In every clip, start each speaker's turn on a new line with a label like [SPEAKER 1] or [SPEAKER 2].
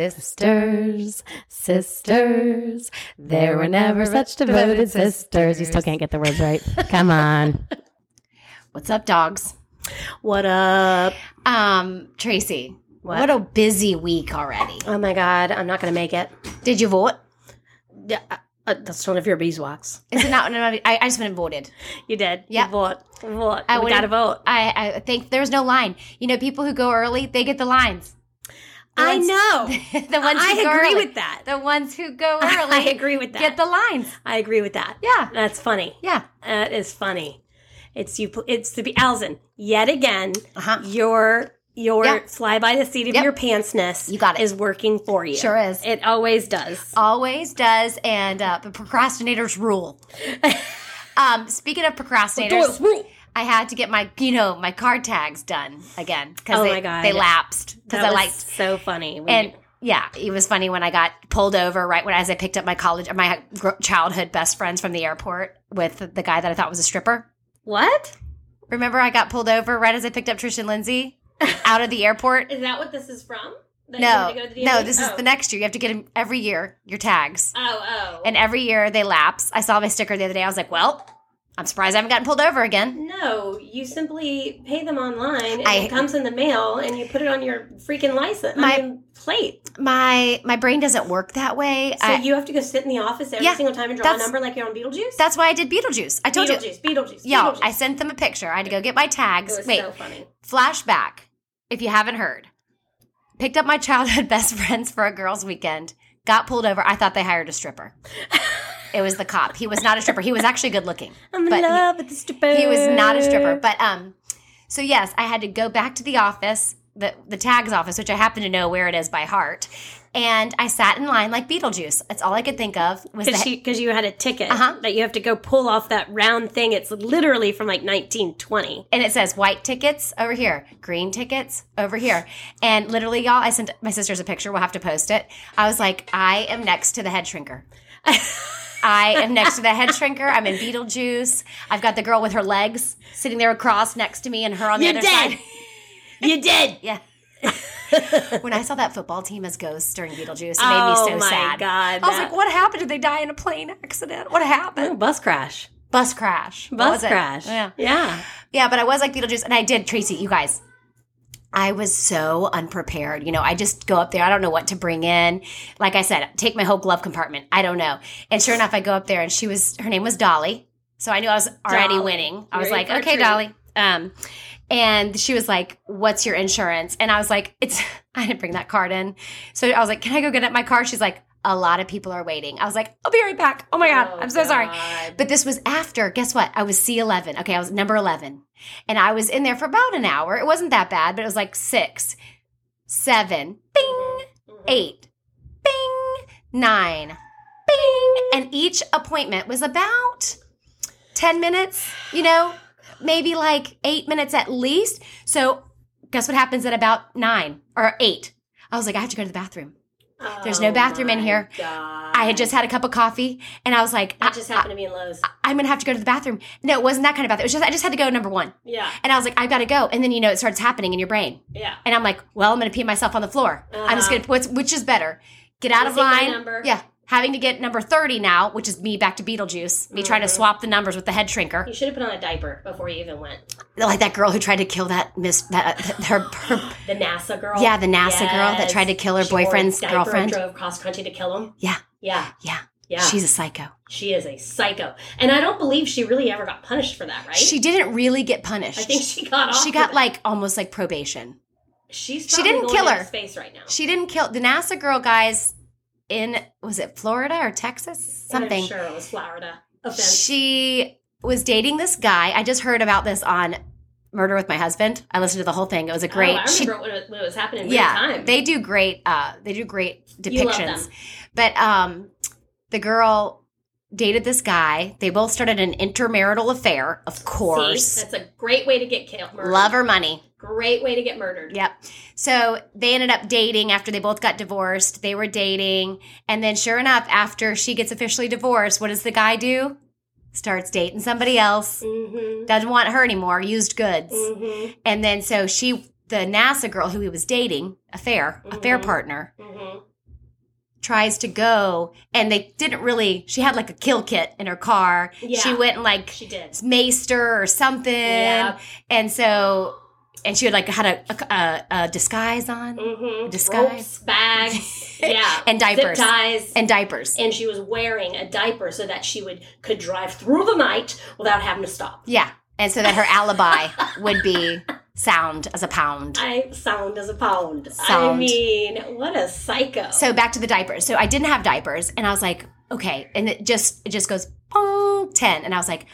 [SPEAKER 1] Sisters, sisters, there were never such devoted sisters. You still can't get the words right. Come on.
[SPEAKER 2] What's up, dogs?
[SPEAKER 3] What up?
[SPEAKER 2] Um, Tracy, what? a busy week already.
[SPEAKER 3] Oh my God, I'm not going to make it.
[SPEAKER 2] Did you vote?
[SPEAKER 3] Yeah, uh, uh, that's none of your beeswax.
[SPEAKER 2] Is it not? No, no, I, I just went and voted.
[SPEAKER 3] You did.
[SPEAKER 2] Yeah.
[SPEAKER 3] You vote. Vote.
[SPEAKER 2] I
[SPEAKER 3] we
[SPEAKER 2] wouldn't-
[SPEAKER 3] got to vote.
[SPEAKER 2] I, I think there's no line. You know, people who go early, they get the lines. The
[SPEAKER 3] I
[SPEAKER 2] ones-
[SPEAKER 3] know.
[SPEAKER 2] the ones
[SPEAKER 3] I
[SPEAKER 2] who go
[SPEAKER 3] agree
[SPEAKER 2] early.
[SPEAKER 3] with that.
[SPEAKER 2] The ones who go early
[SPEAKER 3] I agree with that.
[SPEAKER 2] get the lines.
[SPEAKER 3] I agree with that.
[SPEAKER 2] Yeah.
[SPEAKER 3] That's funny.
[SPEAKER 2] Yeah.
[SPEAKER 3] That is funny. It's you. It's to be Alzin yet again.
[SPEAKER 2] Uh-huh.
[SPEAKER 3] Your your
[SPEAKER 2] Yeah.
[SPEAKER 3] fly by the seat of
[SPEAKER 2] Yep.
[SPEAKER 3] your pantsness.
[SPEAKER 2] You got it.
[SPEAKER 3] Is working for you.
[SPEAKER 2] Sure is.
[SPEAKER 3] It always does.
[SPEAKER 2] Always does. And uh, the procrastinators rule. um, speaking of procrastinators, I had to get my, you know, my card tags done again because
[SPEAKER 3] Oh
[SPEAKER 2] they,
[SPEAKER 3] my God.
[SPEAKER 2] they lapsed because
[SPEAKER 3] That
[SPEAKER 2] I
[SPEAKER 3] was
[SPEAKER 2] liked
[SPEAKER 3] so funny. when
[SPEAKER 2] and
[SPEAKER 3] you-
[SPEAKER 2] yeah, it was funny when I got pulled over right when as I picked up my college or my gr- childhood best friends from the airport with the guy that I thought was a stripper.
[SPEAKER 3] what
[SPEAKER 2] Remember, I got pulled over right as I picked up Trish and Lindsay out of the airport.
[SPEAKER 3] is that? What this is from? That you
[SPEAKER 2] No,
[SPEAKER 3] had to go to the
[SPEAKER 2] no,
[SPEAKER 3] DMV?
[SPEAKER 2] this is
[SPEAKER 3] Oh.
[SPEAKER 2] the next year. You have to get 'em every year your tags,
[SPEAKER 3] Oh oh.
[SPEAKER 2] and every year they lapse. I saw my sticker the other day. I was like, well, I'm surprised I haven't gotten pulled over again.
[SPEAKER 3] No, you simply pay them online. And
[SPEAKER 2] I-
[SPEAKER 3] it comes in the mail, and you put it on your freaking license,
[SPEAKER 2] My-
[SPEAKER 3] I mean, plate.
[SPEAKER 2] My my brain doesn't work that way.
[SPEAKER 3] So
[SPEAKER 2] I,
[SPEAKER 3] you have to go sit in the office every
[SPEAKER 2] Yeah,
[SPEAKER 3] single time and draw a
[SPEAKER 2] that's-
[SPEAKER 3] number like you're on Beetlejuice.
[SPEAKER 2] that's why I did Beetlejuice. I told you,
[SPEAKER 3] Beetlejuice, Beetlejuice,
[SPEAKER 2] y'all.
[SPEAKER 3] Beetlejuice.
[SPEAKER 2] I sent them a picture. I had to go get my
[SPEAKER 3] it
[SPEAKER 2] tags.
[SPEAKER 3] was
[SPEAKER 2] Wait,
[SPEAKER 3] so funny.
[SPEAKER 2] Flashback, if you haven't heard, picked up my childhood best friends for a girls' weekend, got pulled over. I thought they hired a stripper. it was the cop. He was not a stripper. He was actually good looking.
[SPEAKER 3] I'm
[SPEAKER 2] but
[SPEAKER 3] in
[SPEAKER 2] he-
[SPEAKER 3] love with the stripper.
[SPEAKER 2] He was not a stripper. But um, so yes, I had to go back to the office, the the tags office, which I happen to know where it is by heart. And I sat in line like Beetlejuice. That's all I could think of was the,
[SPEAKER 3] Because you had a ticket
[SPEAKER 2] Uh-huh.
[SPEAKER 3] that you have to go pull off that round thing. It's literally from like 1920.
[SPEAKER 2] and it says white tickets over here, green tickets over here. And literally, y'all, I sent my sisters a picture. We'll have to post it. I was like, I am next to the head shrinker. I am next to the head shrinker. I'm in Beetlejuice. I've got the girl with her legs sitting there across next to me and her on the
[SPEAKER 3] You're
[SPEAKER 2] other
[SPEAKER 3] dead.
[SPEAKER 2] side.
[SPEAKER 3] You did.
[SPEAKER 2] Yeah. when I saw that football team as ghosts during Beetlejuice, it made
[SPEAKER 3] Oh
[SPEAKER 2] me so
[SPEAKER 3] my
[SPEAKER 2] sad.
[SPEAKER 3] God,
[SPEAKER 2] I was
[SPEAKER 3] that-
[SPEAKER 2] like, what happened? Did they die in a plane accident? What happened?
[SPEAKER 3] bus crash.
[SPEAKER 2] Bus crash. What
[SPEAKER 3] Bus
[SPEAKER 2] was it?
[SPEAKER 3] crash.
[SPEAKER 2] Yeah.
[SPEAKER 3] Yeah.
[SPEAKER 2] Yeah, but I was like Beetlejuice, and I did Tracy. You guys, I was so unprepared. You know, I just go up there. I don't know what to bring in. Like I said, take my whole glove compartment. I don't know. And sure enough, I go up there, and she was her name was Dolly. So I knew I was already
[SPEAKER 3] Dolly.
[SPEAKER 2] winning. I was
[SPEAKER 3] You're in
[SPEAKER 2] like,
[SPEAKER 3] for a
[SPEAKER 2] okay,
[SPEAKER 3] treat.
[SPEAKER 2] Dolly. Um, and she was like, "What's your insurance?" And I was like, "It's." I didn't bring that card in, so I was like, "Can I go get it at my car?" She's like, "A lot of people are waiting." I was like, "I'll be right back." Oh my god,
[SPEAKER 3] Oh,
[SPEAKER 2] I'm so sorry.
[SPEAKER 3] God.
[SPEAKER 2] But this was after, guess what? I was C11. Okay, I was number 11. And I was in there for about an hour. It wasn't that bad, but it was like six, seven, bing, eight, bing, nine, bing. And each appointment was about 10 minutes, you know, maybe like eight minutes at least. So guess what happens at about nine or eight? I was like, I have to go to the bathroom. There's no
[SPEAKER 3] Oh
[SPEAKER 2] bathroom in
[SPEAKER 3] my
[SPEAKER 2] here.
[SPEAKER 3] God.
[SPEAKER 2] I had just had a cup of coffee and I was like,
[SPEAKER 3] That just happened to me in Lowe's.
[SPEAKER 2] I'm gonna have to go to the bathroom. No, it wasn't that kind of bathroom. It was just I just had to go number one,
[SPEAKER 3] Yeah.
[SPEAKER 2] and I was like, I gotta go. And then you know it starts happening in your brain,
[SPEAKER 3] Yeah.
[SPEAKER 2] and I'm like, well, I'm gonna pee myself on the floor. I'm just
[SPEAKER 3] Uh-huh.
[SPEAKER 2] gonna what's which is better, get out of
[SPEAKER 3] Missing my
[SPEAKER 2] line.
[SPEAKER 3] number.
[SPEAKER 2] Yeah, having to get number thirty now, which is me back to Beetlejuice, me trying to
[SPEAKER 3] Mm-hmm.
[SPEAKER 2] swap the numbers with the head shrinker,
[SPEAKER 3] You should have put on a diaper before you even went.
[SPEAKER 2] like that girl who tried to kill that miss that uh, her, her
[SPEAKER 3] The NASA girl.
[SPEAKER 2] yeah the NASA girl that tried to kill her
[SPEAKER 3] She wore a
[SPEAKER 2] boyfriend's
[SPEAKER 3] diaper and
[SPEAKER 2] girlfriend.
[SPEAKER 3] Drove cross country to kill him.
[SPEAKER 2] Yeah,
[SPEAKER 3] Yeah.
[SPEAKER 2] yeah,
[SPEAKER 3] Yeah.
[SPEAKER 2] she's a psycho.
[SPEAKER 3] she is a psycho, and I don't believe she really ever got punished for that. Right?
[SPEAKER 2] She didn't really get punished.
[SPEAKER 3] I think she got off.
[SPEAKER 2] she
[SPEAKER 3] with
[SPEAKER 2] got
[SPEAKER 3] it.
[SPEAKER 2] like almost like probation.
[SPEAKER 3] She's
[SPEAKER 2] she
[SPEAKER 3] probably
[SPEAKER 2] didn't
[SPEAKER 3] going
[SPEAKER 2] kill
[SPEAKER 3] into
[SPEAKER 2] her.
[SPEAKER 3] Space right now.
[SPEAKER 2] She didn't kill the NASA girl guys in was it Florida or Texas?
[SPEAKER 3] And I'm
[SPEAKER 2] Something.
[SPEAKER 3] sure it was Florida. Offense.
[SPEAKER 2] She was dating this guy. I just heard about this on Murder with My Husband. I listened to the whole thing. It was a great
[SPEAKER 3] Oh, I remember
[SPEAKER 2] she-
[SPEAKER 3] when, it, when it was happening. in real
[SPEAKER 2] yeah,
[SPEAKER 3] time.
[SPEAKER 2] they do great. Uh, they do great depictions.
[SPEAKER 3] You love them.
[SPEAKER 2] But um, the girl dated this guy. They both started an intermarital affair, of course.
[SPEAKER 3] See, that's a great way to get killed. Murdered.
[SPEAKER 2] Love or money.
[SPEAKER 3] Great way to get murdered.
[SPEAKER 2] Yep. So they ended up dating after they both got divorced. They were dating. And then, sure enough, after she gets officially divorced, what does the guy do? Starts dating somebody else.
[SPEAKER 3] Mm-hmm.
[SPEAKER 2] Doesn't want her anymore, used goods.
[SPEAKER 3] Mm-hmm.
[SPEAKER 2] And then, so she, the NASA girl who he was dating, affair, affair partner,
[SPEAKER 3] Mm-hmm.
[SPEAKER 2] tries to go and they didn't really she had like a kill kit in her car.
[SPEAKER 3] Yeah.
[SPEAKER 2] She went and like
[SPEAKER 3] She did.
[SPEAKER 2] maced her or something.
[SPEAKER 3] Yeah.
[SPEAKER 2] And so and she had like had a a, a, a disguise on
[SPEAKER 3] Mm-hmm.
[SPEAKER 2] Disguise.
[SPEAKER 3] Ropes, bags. Yeah.
[SPEAKER 2] and diapers.
[SPEAKER 3] Zip ties.
[SPEAKER 2] and diapers.
[SPEAKER 3] and she was wearing a diaper so that she would could drive through the night without having to stop.
[SPEAKER 2] yeah. And so that her alibi would be sound as a pound.
[SPEAKER 3] I sound as a pound. I
[SPEAKER 2] Sound.
[SPEAKER 3] mean, what a psycho.
[SPEAKER 2] So back to the diapers. So I didn't have diapers, and I was like, okay, and it just it just goes boom ten, and I was like,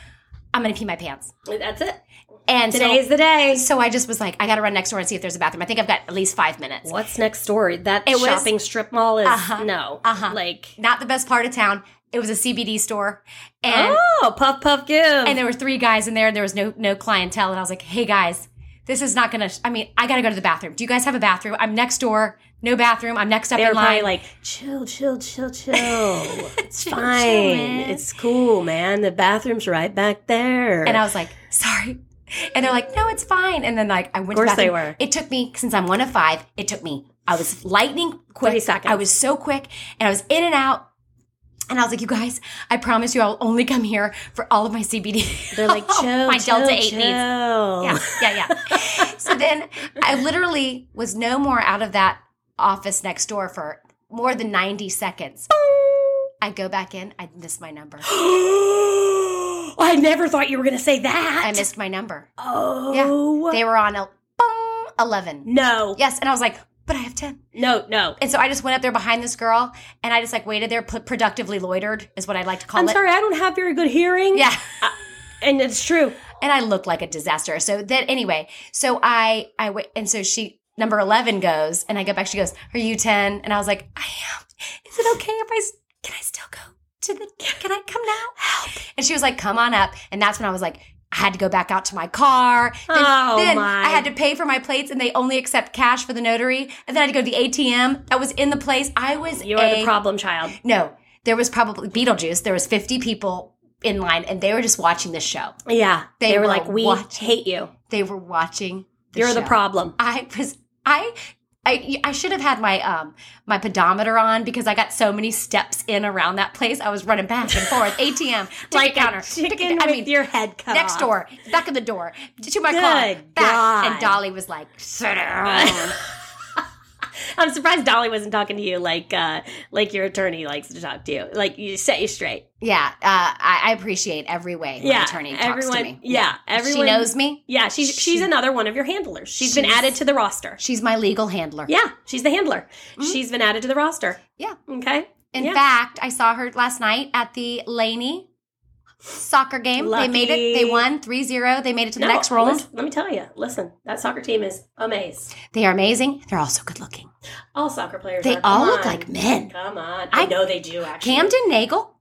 [SPEAKER 2] I'm gonna pee my pants.
[SPEAKER 3] That's it.
[SPEAKER 2] And
[SPEAKER 3] Today's the day.
[SPEAKER 2] so, so I just was like, I gotta run next door and see if there's a bathroom. I think I've got at least five minutes.
[SPEAKER 3] What's next door? That
[SPEAKER 2] It was-
[SPEAKER 3] shopping strip mall is
[SPEAKER 2] Uh-huh.
[SPEAKER 3] no.
[SPEAKER 2] Uh-huh.
[SPEAKER 3] Like
[SPEAKER 2] Not the best part of town. It was a CBD store, and
[SPEAKER 3] oh, puff puff give.
[SPEAKER 2] and there were three guys in there, and there was no no clientele, and I was like, hey guys, this is not gonna. I mean, I gotta go to the bathroom. Do you guys have a bathroom? I'm next door. No bathroom. I'm next up
[SPEAKER 3] they were
[SPEAKER 2] in line.
[SPEAKER 3] probably like, chill, chill, chill, chill. It's
[SPEAKER 2] Chill, chill,
[SPEAKER 3] fine.
[SPEAKER 2] man.
[SPEAKER 3] it's cool, man. The bathroom's right back there.
[SPEAKER 2] And I was like, sorry. And they're like, no, it's fine. And then like I went
[SPEAKER 3] Of course
[SPEAKER 2] to the
[SPEAKER 3] they
[SPEAKER 2] bathroom.
[SPEAKER 3] were.
[SPEAKER 2] It took me, since I'm one of five, it took me. I was lightning quick.
[SPEAKER 3] 30 seconds.
[SPEAKER 2] I was so quick and I was in and out. And I was like, you guys, I promise you I'll only come here for all of my CBD.
[SPEAKER 3] they're like, chill,
[SPEAKER 2] Oh, my
[SPEAKER 3] chill,
[SPEAKER 2] Delta 8
[SPEAKER 3] chill.
[SPEAKER 2] needs. Yeah, yeah, yeah. so then I literally was no more out of that office next door for more than 90 seconds. I go back in, I missed my number.
[SPEAKER 3] I never thought you were going to say that.
[SPEAKER 2] I missed my number.
[SPEAKER 3] Oh.
[SPEAKER 2] They were on a, boom, 11.
[SPEAKER 3] no.
[SPEAKER 2] Yes. And I was like, but I have 10.
[SPEAKER 3] No, no.
[SPEAKER 2] And so I just went up there behind this girl and I just like waited there, put productively loitered is what I like to call
[SPEAKER 3] I'm
[SPEAKER 2] it.
[SPEAKER 3] sorry, I don't have very good hearing.
[SPEAKER 2] Yeah.
[SPEAKER 3] And it's true.
[SPEAKER 2] And I looked like a disaster. So then anyway, so I, I went, and so she, number 11 goes and I go back. She goes, are you 10? And I was like, I am. Is it okay if I, s- can I still go to the, can I come now? Help. And she was like, come on up. And that's when I was like, I had to go back out to my car. Then,
[SPEAKER 3] Oh,
[SPEAKER 2] then
[SPEAKER 3] my.
[SPEAKER 2] I had to pay for my plates and they only accept cash for the notary. And then I had to go to the ATM that was in the place. I was
[SPEAKER 3] You are
[SPEAKER 2] a-
[SPEAKER 3] the problem child.
[SPEAKER 2] No, there was probably Beetlejuice. There was 50 people in line and they were just watching this show.
[SPEAKER 3] Yeah. They,
[SPEAKER 2] They
[SPEAKER 3] were
[SPEAKER 2] were
[SPEAKER 3] like, we
[SPEAKER 2] watching
[SPEAKER 3] hate you.
[SPEAKER 2] They were watching the
[SPEAKER 3] You're the
[SPEAKER 2] show.
[SPEAKER 3] problem.
[SPEAKER 2] I was I I, I should have had my um my pedometer on because I got so many steps in around that place. I was running back and forth, ATM, ticket
[SPEAKER 3] Like
[SPEAKER 2] counter,
[SPEAKER 3] a
[SPEAKER 2] ticket-
[SPEAKER 3] chicken with
[SPEAKER 2] I mean,
[SPEAKER 3] your head cut
[SPEAKER 2] next
[SPEAKER 3] off.
[SPEAKER 2] door, back of the door, to my
[SPEAKER 3] Good
[SPEAKER 2] car, back,
[SPEAKER 3] God.
[SPEAKER 2] and Dolly was like, "Sit down."
[SPEAKER 3] I'm surprised Dolly wasn't talking to you like uh, like your attorney likes to talk to you. Like you set you straight.
[SPEAKER 2] yeah, uh, I, I appreciate every way my
[SPEAKER 3] yeah,
[SPEAKER 2] attorney talks
[SPEAKER 3] everyone.
[SPEAKER 2] to me.
[SPEAKER 3] Yeah, everyone.
[SPEAKER 2] she knows me.
[SPEAKER 3] Yeah, she's she's another one of your handlers. she's been
[SPEAKER 2] She's-
[SPEAKER 3] added to the roster.
[SPEAKER 2] She's my legal handler.
[SPEAKER 3] Yeah, she's the handler. She's been added to the roster.
[SPEAKER 2] Mm-hmm. Yeah.
[SPEAKER 3] Okay.
[SPEAKER 2] In
[SPEAKER 3] Yeah.
[SPEAKER 2] fact, I saw her last night at the Laney soccer game.
[SPEAKER 3] Lucky.
[SPEAKER 2] They made it. They won 3-0. They made it to the
[SPEAKER 3] No,
[SPEAKER 2] next round.
[SPEAKER 3] lis- Let me tell you. Listen, that soccer team is amazed.
[SPEAKER 2] They are amazing. They're also good looking.
[SPEAKER 3] All soccer players.
[SPEAKER 2] They
[SPEAKER 3] are.
[SPEAKER 2] all
[SPEAKER 3] Come
[SPEAKER 2] look
[SPEAKER 3] on.
[SPEAKER 2] like men.
[SPEAKER 3] Come on. I,
[SPEAKER 2] I-
[SPEAKER 3] know they do. Actually,
[SPEAKER 2] Camden Nagel,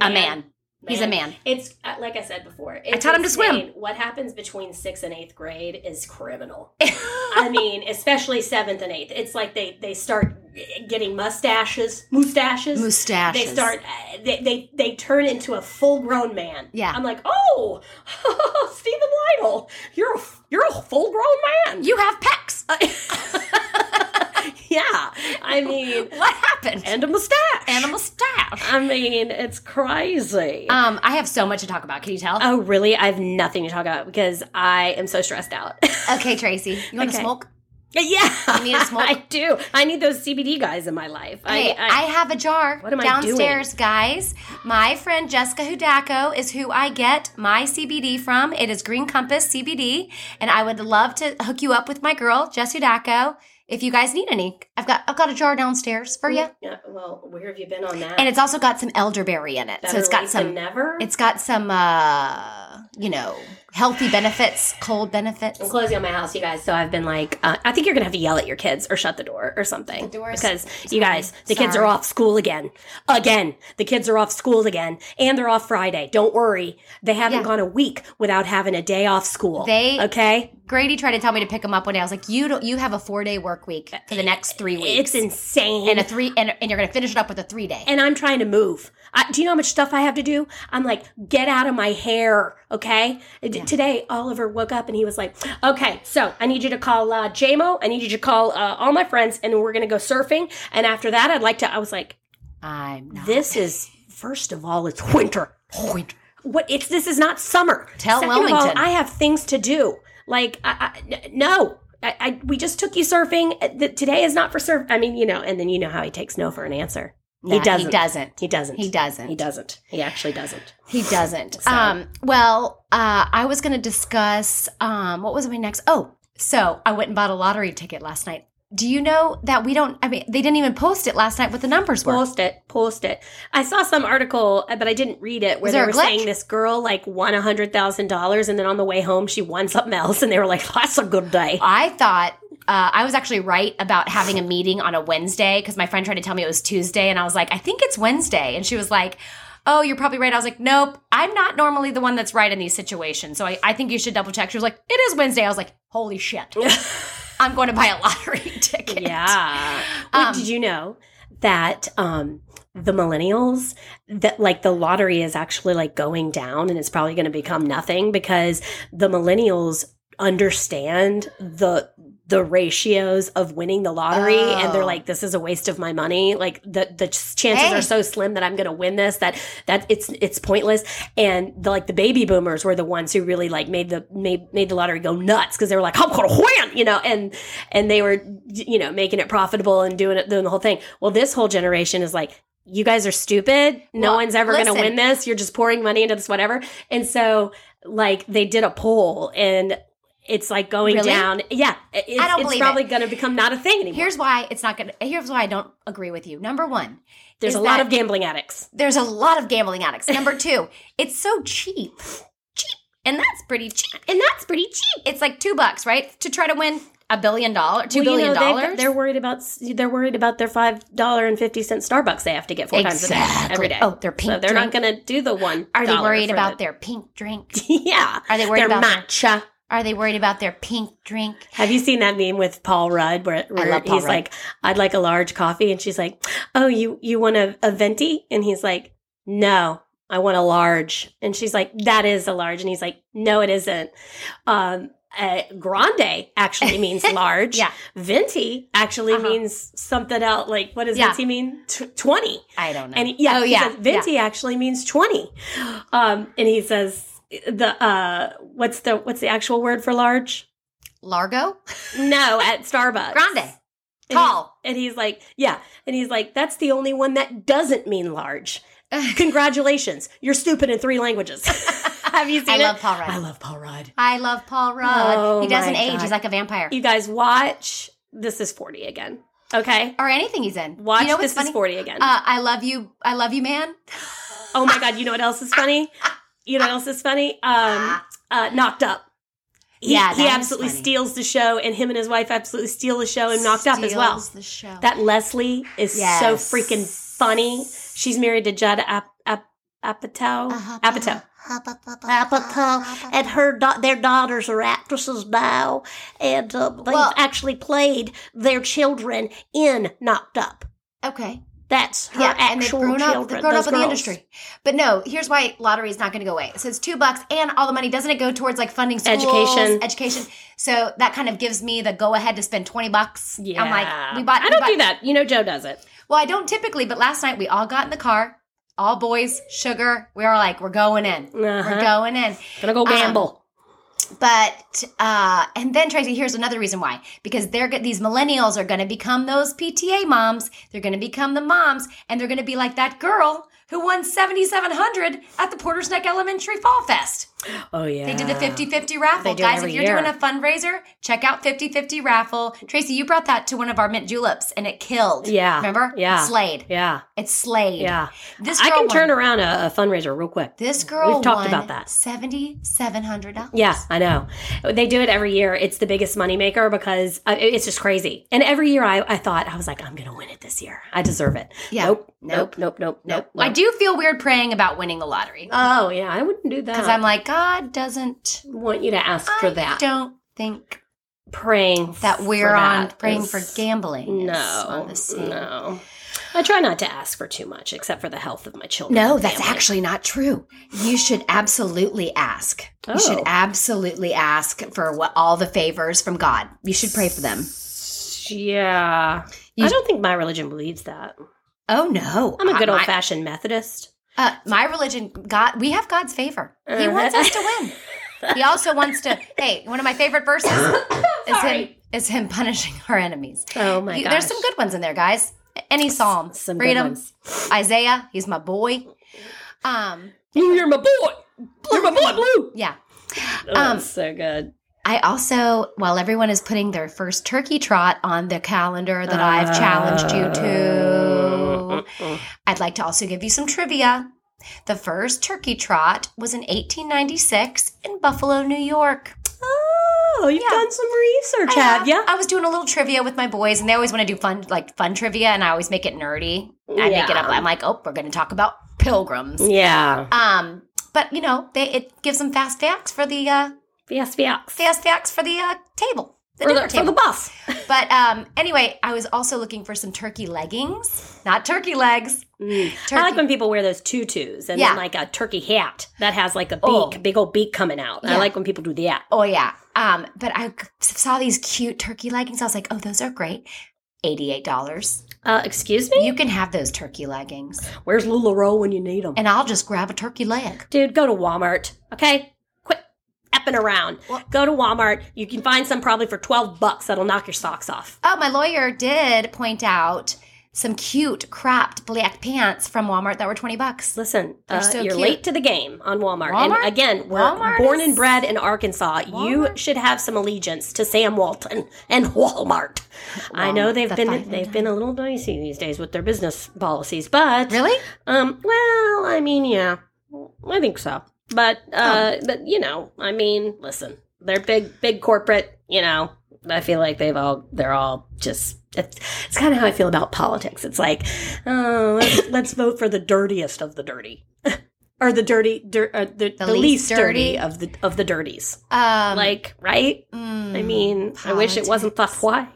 [SPEAKER 2] a man. He's a man.
[SPEAKER 3] It's uh, like I said before. It's
[SPEAKER 2] taught him to swim.
[SPEAKER 3] insane. What happens between sixth and eighth grade is criminal. I mean, especially seventh and eighth. It's like they they start getting mustaches, mustaches,
[SPEAKER 2] Mustaches.
[SPEAKER 3] They start. uh, They, they they turn into a full grown man.
[SPEAKER 2] Yeah.
[SPEAKER 3] I'm like, oh, Stephen Lytle, you're a, you're a full grown man.
[SPEAKER 2] You have pecs.
[SPEAKER 3] Uh, yeah. I mean,
[SPEAKER 2] what happened?
[SPEAKER 3] and a mustache.
[SPEAKER 2] Animal staff.
[SPEAKER 3] I mean, it's crazy.
[SPEAKER 2] Um, I have so much to talk about. Can you tell?
[SPEAKER 3] Oh, really? I have nothing to talk about because I am so stressed out.
[SPEAKER 2] okay, Tracy. You want to
[SPEAKER 3] Okay.
[SPEAKER 2] smoke?
[SPEAKER 3] yeah. I
[SPEAKER 2] need a smoke?
[SPEAKER 3] I do. I need those CBD guys in my life.
[SPEAKER 2] Hey, I, have a jar
[SPEAKER 3] What am I
[SPEAKER 2] downstairs, guys. My friend Jessica Hudako is who I get my CBD from. It is Green Compass CBD, and I would love to hook you up with my girl Jess Hudako if you guys need any. I've got I've got a jar downstairs for you,
[SPEAKER 3] Yeah, well, where have you been on that?
[SPEAKER 2] and it's also got some elderberry in it, so it's got some
[SPEAKER 3] never.
[SPEAKER 2] it's got some uh you know healthy benefits, cold benefits.
[SPEAKER 3] I'm closing on my house, you guys. So I've been like, uh, I think you're gonna have to yell at your kids or shut the door or something.
[SPEAKER 2] The door's-
[SPEAKER 3] because you guys, the kids are
[SPEAKER 2] Sorry.
[SPEAKER 3] off school again, again. The kids are off school again, and they're off Friday. Don't worry, they haven't
[SPEAKER 2] Yeah.
[SPEAKER 3] gone a week without having a day off school.
[SPEAKER 2] They-
[SPEAKER 3] okay.
[SPEAKER 2] Grady tried to tell me to pick them up one day. I was like, you don't. You have a four day work week for the next three weeks.
[SPEAKER 3] It's insane.
[SPEAKER 2] and a three and, and you're gonna finish it up with a three day
[SPEAKER 3] and I'm trying to move. I, do you know how much stuff I have to do? I'm like, get out of my hair, okay? D- Today, Oliver woke up and he was like, okay, so I need you to call uh, JMO. I need you to call uh, all my friends, and we're gonna go surfing. And after that, I'd like to. I was like,
[SPEAKER 2] I'm not.
[SPEAKER 3] This is first of all, it's winter. Winter. What? It's this is not summer.
[SPEAKER 2] Tell
[SPEAKER 3] Second of all,
[SPEAKER 2] Wilmington.
[SPEAKER 3] I have things to do. Like, I, I, n- no. I, I, we just took you surfing. Uh, The, today is not for surf. I mean, you know, and then you know how he takes no for an answer.
[SPEAKER 2] Nah,
[SPEAKER 3] he doesn't.
[SPEAKER 2] He doesn't.
[SPEAKER 3] He doesn't.
[SPEAKER 2] He doesn't.
[SPEAKER 3] He doesn't. He actually doesn't.
[SPEAKER 2] He doesn't.
[SPEAKER 3] So-
[SPEAKER 2] Um, well, uh, I was going to discuss um, what was my next. Oh, so I went and bought a lottery ticket last night. Do you know that we don't? I mean, they didn't even post it last night what the numbers were.
[SPEAKER 3] Post it. Post it. I saw some article, uh, but I didn't read it, where
[SPEAKER 2] Was
[SPEAKER 3] they
[SPEAKER 2] there a
[SPEAKER 3] were
[SPEAKER 2] glitch?
[SPEAKER 3] saying this girl like won a hundred thousand dollars, and then on the way home she won something else, and they were like, "That's a good day."
[SPEAKER 2] I thought uh, I was actually right about having a meeting on a Wednesday because my friend tried to tell me it was Tuesday, and I was like, I think it's Wednesday, and she was like. Oh, you're probably right. I was like, nope, I'm not normally the one that's right in these situations. So I, I think you should double check. She was like, it is Wednesday. I was like, holy shit. I'm going to buy a lottery ticket.
[SPEAKER 3] Yeah. Wait,
[SPEAKER 2] Um,
[SPEAKER 3] did you know that um the millennials that like the lottery is actually like going down and it's probably going to become nothing because the millennials understand the the ratios of winning the lottery and they're
[SPEAKER 2] Oh.
[SPEAKER 3] like this is a waste of my money like the the ch- chances
[SPEAKER 2] Hey.
[SPEAKER 3] are so slim that i'm going to win this that that it's it's pointless and the, like the baby boomers were the ones who really like made the made, made the lottery go nuts because they were like i'm gonna win you know and and they were you know making it profitable and doing it doing the whole thing well this whole generation is like you guys are stupid no
[SPEAKER 2] Well,
[SPEAKER 3] one's ever
[SPEAKER 2] listen.
[SPEAKER 3] gonna win this you're just pouring money into this whatever and so like they did a poll and it's like going
[SPEAKER 2] Really?
[SPEAKER 3] down yeah it- it's,
[SPEAKER 2] don't
[SPEAKER 3] it's
[SPEAKER 2] believe
[SPEAKER 3] probably gonna become not a thing anymore
[SPEAKER 2] Here's why it's not going to, here's why I don't agree with you. Number one,
[SPEAKER 3] there's
[SPEAKER 2] is
[SPEAKER 3] a lot
[SPEAKER 2] that-
[SPEAKER 3] of gambling addicts
[SPEAKER 2] there's a lot of gambling addicts. Number two, it's so cheap. Cheap. And that's pretty cheap.
[SPEAKER 3] and that's pretty cheap
[SPEAKER 2] It's like two bucks, right? To try to win a billion dollars, two billion dollars.
[SPEAKER 3] they're worried about s- they're worried about their five dollar and fifty cent Starbucks they have to get four times a day
[SPEAKER 2] Exactly.
[SPEAKER 3] every day.
[SPEAKER 2] Oh, their pink
[SPEAKER 3] So they're
[SPEAKER 2] drink.
[SPEAKER 3] not going to do the one.
[SPEAKER 2] Are they
[SPEAKER 3] dollar
[SPEAKER 2] worried
[SPEAKER 3] for
[SPEAKER 2] about
[SPEAKER 3] the-
[SPEAKER 2] their pink drink?
[SPEAKER 3] yeah?
[SPEAKER 2] Are they worried
[SPEAKER 3] Their
[SPEAKER 2] about their-
[SPEAKER 3] matcha.
[SPEAKER 2] Are they worried about their pink drink?
[SPEAKER 3] Have you seen that meme with Paul Rudd where, where
[SPEAKER 2] love Paul
[SPEAKER 3] he's
[SPEAKER 2] Rudd.
[SPEAKER 3] like, "I'd like a large coffee," and she's like, "Oh, you you want a, a venti?" And he's like, "No, I want a large." And she's like, "That is a large," and he's like, "No, it isn't." Um, uh, grande actually means large.
[SPEAKER 2] Yeah.
[SPEAKER 3] Venti actually
[SPEAKER 2] Uh-huh.
[SPEAKER 3] means something else. Like, what does
[SPEAKER 2] Yeah.
[SPEAKER 3] venti mean? Tw twenty.
[SPEAKER 2] I don't know.
[SPEAKER 3] And yeah,
[SPEAKER 2] Oh,
[SPEAKER 3] he
[SPEAKER 2] yeah,
[SPEAKER 3] says, venti actually means twenty. Um, and he says the uh, what's the what's the actual word for large?
[SPEAKER 2] Largo?
[SPEAKER 3] No, at Starbucks.
[SPEAKER 2] Grande.
[SPEAKER 3] And he's-
[SPEAKER 2] Tall.
[SPEAKER 3] And he's like, yeah. And he's like, that's the only one that doesn't mean large. Congratulations, you're stupid in three languages. Have you seen
[SPEAKER 2] I
[SPEAKER 3] it?
[SPEAKER 2] love Paul
[SPEAKER 3] I
[SPEAKER 2] Rudd.
[SPEAKER 3] love Paul Rudd.
[SPEAKER 2] I love Paul Rudd.
[SPEAKER 3] Oh,
[SPEAKER 2] he doesn't
[SPEAKER 3] my
[SPEAKER 2] age.
[SPEAKER 3] God.
[SPEAKER 2] He's like a vampire.
[SPEAKER 3] You guys watch. This is forty again. Okay,
[SPEAKER 2] or anything he's in.
[SPEAKER 3] watch.
[SPEAKER 2] you know what's
[SPEAKER 3] this
[SPEAKER 2] funny?
[SPEAKER 3] is forty again.
[SPEAKER 2] Uh, I love you. I love you, man.
[SPEAKER 3] oh my god, you know what else is funny? You know what else is funny? Um, uh, knocked up. He,
[SPEAKER 2] Yeah,
[SPEAKER 3] he
[SPEAKER 2] that is
[SPEAKER 3] absolutely
[SPEAKER 2] funny.
[SPEAKER 3] steals the show, and him and his wife absolutely steal the show and knocked up as well.
[SPEAKER 2] Steals The show.
[SPEAKER 3] That Leslie is so
[SPEAKER 2] Yes.
[SPEAKER 3] freaking funny. She's married to Judd Ap- Ap- Apatow.
[SPEAKER 2] Uh-huh.
[SPEAKER 3] Apatow. Apatow. And her da- their daughters are actresses now, and uh, they've
[SPEAKER 2] Well-
[SPEAKER 3] actually played their children in Knocked Up.
[SPEAKER 2] okay.
[SPEAKER 3] That's her
[SPEAKER 2] Yeah, and they've
[SPEAKER 3] actual
[SPEAKER 2] grown
[SPEAKER 3] children.
[SPEAKER 2] up. They've grown up
[SPEAKER 3] those
[SPEAKER 2] in the
[SPEAKER 3] girls.
[SPEAKER 2] industry. But no, here's why lottery is not going to go away. So it's two bucks, and all the money doesn't it go towards like funding schools,
[SPEAKER 3] Education.
[SPEAKER 2] education? So that kind of gives me the go ahead to spend twenty bucks.
[SPEAKER 3] Yeah,
[SPEAKER 2] I'm like, we bought.
[SPEAKER 3] I
[SPEAKER 2] we
[SPEAKER 3] don't
[SPEAKER 2] bought-
[SPEAKER 3] do that. You know, Joe does it.
[SPEAKER 2] Well, I don't typically, but last night we all got in the car, all boys, sugar. We were like, we're going in. We're
[SPEAKER 3] Uh-huh.
[SPEAKER 2] going in.
[SPEAKER 3] Gonna go gamble.
[SPEAKER 2] But uh, and then Tracy, here's another reason why because they're go- these millennials are going to become those PTA moms. They're going to become the moms, and they're going to be like that girl who won 7,700 at the Porter's Neck Elementary Fall Fest.
[SPEAKER 3] oh yeah,
[SPEAKER 2] They did the 50-50 raffle,
[SPEAKER 3] do it
[SPEAKER 2] guys. If
[SPEAKER 3] every
[SPEAKER 2] you're
[SPEAKER 3] year.
[SPEAKER 2] doing a fundraiser, check out 50-50 raffle. Tracy, you brought that to one of our mint juleps, and it killed.
[SPEAKER 3] Yeah.
[SPEAKER 2] remember?
[SPEAKER 3] Yeah.
[SPEAKER 2] it slayed.
[SPEAKER 3] Yeah,
[SPEAKER 2] It slayed.
[SPEAKER 3] yeah.
[SPEAKER 2] this
[SPEAKER 3] I
[SPEAKER 2] girl
[SPEAKER 3] can
[SPEAKER 2] won-
[SPEAKER 3] turn around a, a fundraiser real quick.
[SPEAKER 2] This girl
[SPEAKER 3] We've
[SPEAKER 2] won
[SPEAKER 3] talked about that.
[SPEAKER 2] $7,700.
[SPEAKER 3] Yeah, I know. They do it every year. It's the biggest moneymaker because uh, it- it's just crazy. And every year I, I thought, I was like, I'm going to win it this year. I deserve it.
[SPEAKER 2] Yeah.
[SPEAKER 3] Nope, nope, nope, nope, nope.
[SPEAKER 2] I do feel weird praying about winning the lottery.
[SPEAKER 3] Oh, yeah. I wouldn't do that.
[SPEAKER 2] Because I'm like, God doesn't.
[SPEAKER 3] want you to ask for
[SPEAKER 2] I
[SPEAKER 3] that.
[SPEAKER 2] don't think
[SPEAKER 3] Praying
[SPEAKER 2] that we're
[SPEAKER 3] for
[SPEAKER 2] on
[SPEAKER 3] that
[SPEAKER 2] praying
[SPEAKER 3] is-
[SPEAKER 2] for gambling. is on
[SPEAKER 3] No.
[SPEAKER 2] the scene.
[SPEAKER 3] No. I try not to ask for too much except for the health of my children.
[SPEAKER 2] No,
[SPEAKER 3] and
[SPEAKER 2] that's
[SPEAKER 3] family.
[SPEAKER 2] actually not true. You should absolutely ask. You should
[SPEAKER 3] Oh.
[SPEAKER 2] absolutely ask for what all the favors from God. You should pray for them.
[SPEAKER 3] Yeah.
[SPEAKER 2] You-
[SPEAKER 3] I don't think my religion believes that.
[SPEAKER 2] Oh no,
[SPEAKER 3] I'm a good
[SPEAKER 2] I-
[SPEAKER 3] old
[SPEAKER 2] my-
[SPEAKER 3] fashioned Methodist.
[SPEAKER 2] Uh, my religion, God, we have God's favor. He
[SPEAKER 3] Uh-huh.
[SPEAKER 2] wants us to win. He also wants to. Hey, one of my favorite verses is him
[SPEAKER 3] Sorry.
[SPEAKER 2] is him punishing our enemies.
[SPEAKER 3] Oh my
[SPEAKER 2] You-
[SPEAKER 3] god.
[SPEAKER 2] There's some good ones in there, guys. Any psalm,
[SPEAKER 3] some
[SPEAKER 2] read
[SPEAKER 3] good
[SPEAKER 2] 'em.
[SPEAKER 3] ones.
[SPEAKER 2] Isaiah, he's my boy. Um,
[SPEAKER 3] Blue, you're my boy. You're my boy, Blue.
[SPEAKER 2] yeah.
[SPEAKER 3] Oh,
[SPEAKER 2] Um,
[SPEAKER 3] that's so good.
[SPEAKER 2] I also, while everyone is putting their first turkey trot on the calendar that I've challenged you to,
[SPEAKER 3] Uh,
[SPEAKER 2] I'd like to also give you some trivia. The first turkey trot was in 1896 in Buffalo, New York.
[SPEAKER 3] Oh, you've
[SPEAKER 2] Yeah.
[SPEAKER 3] done some research,
[SPEAKER 2] I
[SPEAKER 3] have you?
[SPEAKER 2] I was doing a little trivia with my boys, and they always want to do fun, like fun trivia, and I always make it nerdy. I make it up.
[SPEAKER 3] Yeah.
[SPEAKER 2] I'm like, oh, we're going to talk about pilgrims.
[SPEAKER 3] Yeah.
[SPEAKER 2] Um, but you know, they it gives them fast facts for the uh,
[SPEAKER 3] Yes, yes.
[SPEAKER 2] fast facts for the uh, table, the
[SPEAKER 3] For
[SPEAKER 2] dinner
[SPEAKER 3] the, for
[SPEAKER 2] table.
[SPEAKER 3] the bus.
[SPEAKER 2] But um, anyway, I was also looking for some turkey leggings, not turkey legs. Turkey.
[SPEAKER 3] I like when people wear those tutus and
[SPEAKER 2] Yeah.
[SPEAKER 3] then like a turkey hat that has like a beak,
[SPEAKER 2] Oh.
[SPEAKER 3] big old beak coming out.
[SPEAKER 2] Yeah.
[SPEAKER 3] I like when people do that.
[SPEAKER 2] oh yeah. Um, but I g- saw these cute turkey leggings. I was like, oh, those are great. Eighty-eight dollars.
[SPEAKER 3] Uh, excuse me?
[SPEAKER 2] You can have those turkey leggings,
[SPEAKER 3] Where's LuLaRoe when you need them?
[SPEAKER 2] and I'll just grab a turkey leg.
[SPEAKER 3] Dude, go to Walmart, okay? Quit epping around.
[SPEAKER 2] What?
[SPEAKER 3] Go to Walmart. You can find some probably for 12 bucks that'll knock your socks off.
[SPEAKER 2] Oh, my lawyer did point out some cute cropped black pants from Walmart that were twenty bucks.
[SPEAKER 3] Listen,
[SPEAKER 2] They're
[SPEAKER 3] uh,
[SPEAKER 2] so
[SPEAKER 3] you're
[SPEAKER 2] cute.
[SPEAKER 3] late to the game on Walmart.
[SPEAKER 2] Walmart?
[SPEAKER 3] And again, we're
[SPEAKER 2] Walmart
[SPEAKER 3] born
[SPEAKER 2] is-
[SPEAKER 3] and bred in Arkansas. You
[SPEAKER 2] Walmart?
[SPEAKER 3] should have some allegiance to Sam Walton and Walmart. I know
[SPEAKER 2] Walmart,
[SPEAKER 3] they've
[SPEAKER 2] the
[SPEAKER 3] been
[SPEAKER 2] five and
[SPEAKER 3] they've been a little dicey these days with their business policies, but
[SPEAKER 2] Really?
[SPEAKER 3] um, well, I mean, yeah, I think so. But uh, but you know, I mean, listen, they're big, big corporate. You know, I feel like they've all they're all just. It's, it's kind of how I feel about politics. It's like, oh, let's, let's vote for the dirtiest of the dirty, or the dirty, dir, or the, the, least,
[SPEAKER 2] least
[SPEAKER 3] dirty.
[SPEAKER 2] dirty.
[SPEAKER 3] of the of the dirties.
[SPEAKER 2] Um,
[SPEAKER 3] like, right? I
[SPEAKER 2] mm,
[SPEAKER 3] mean, I wish it wasn't the why,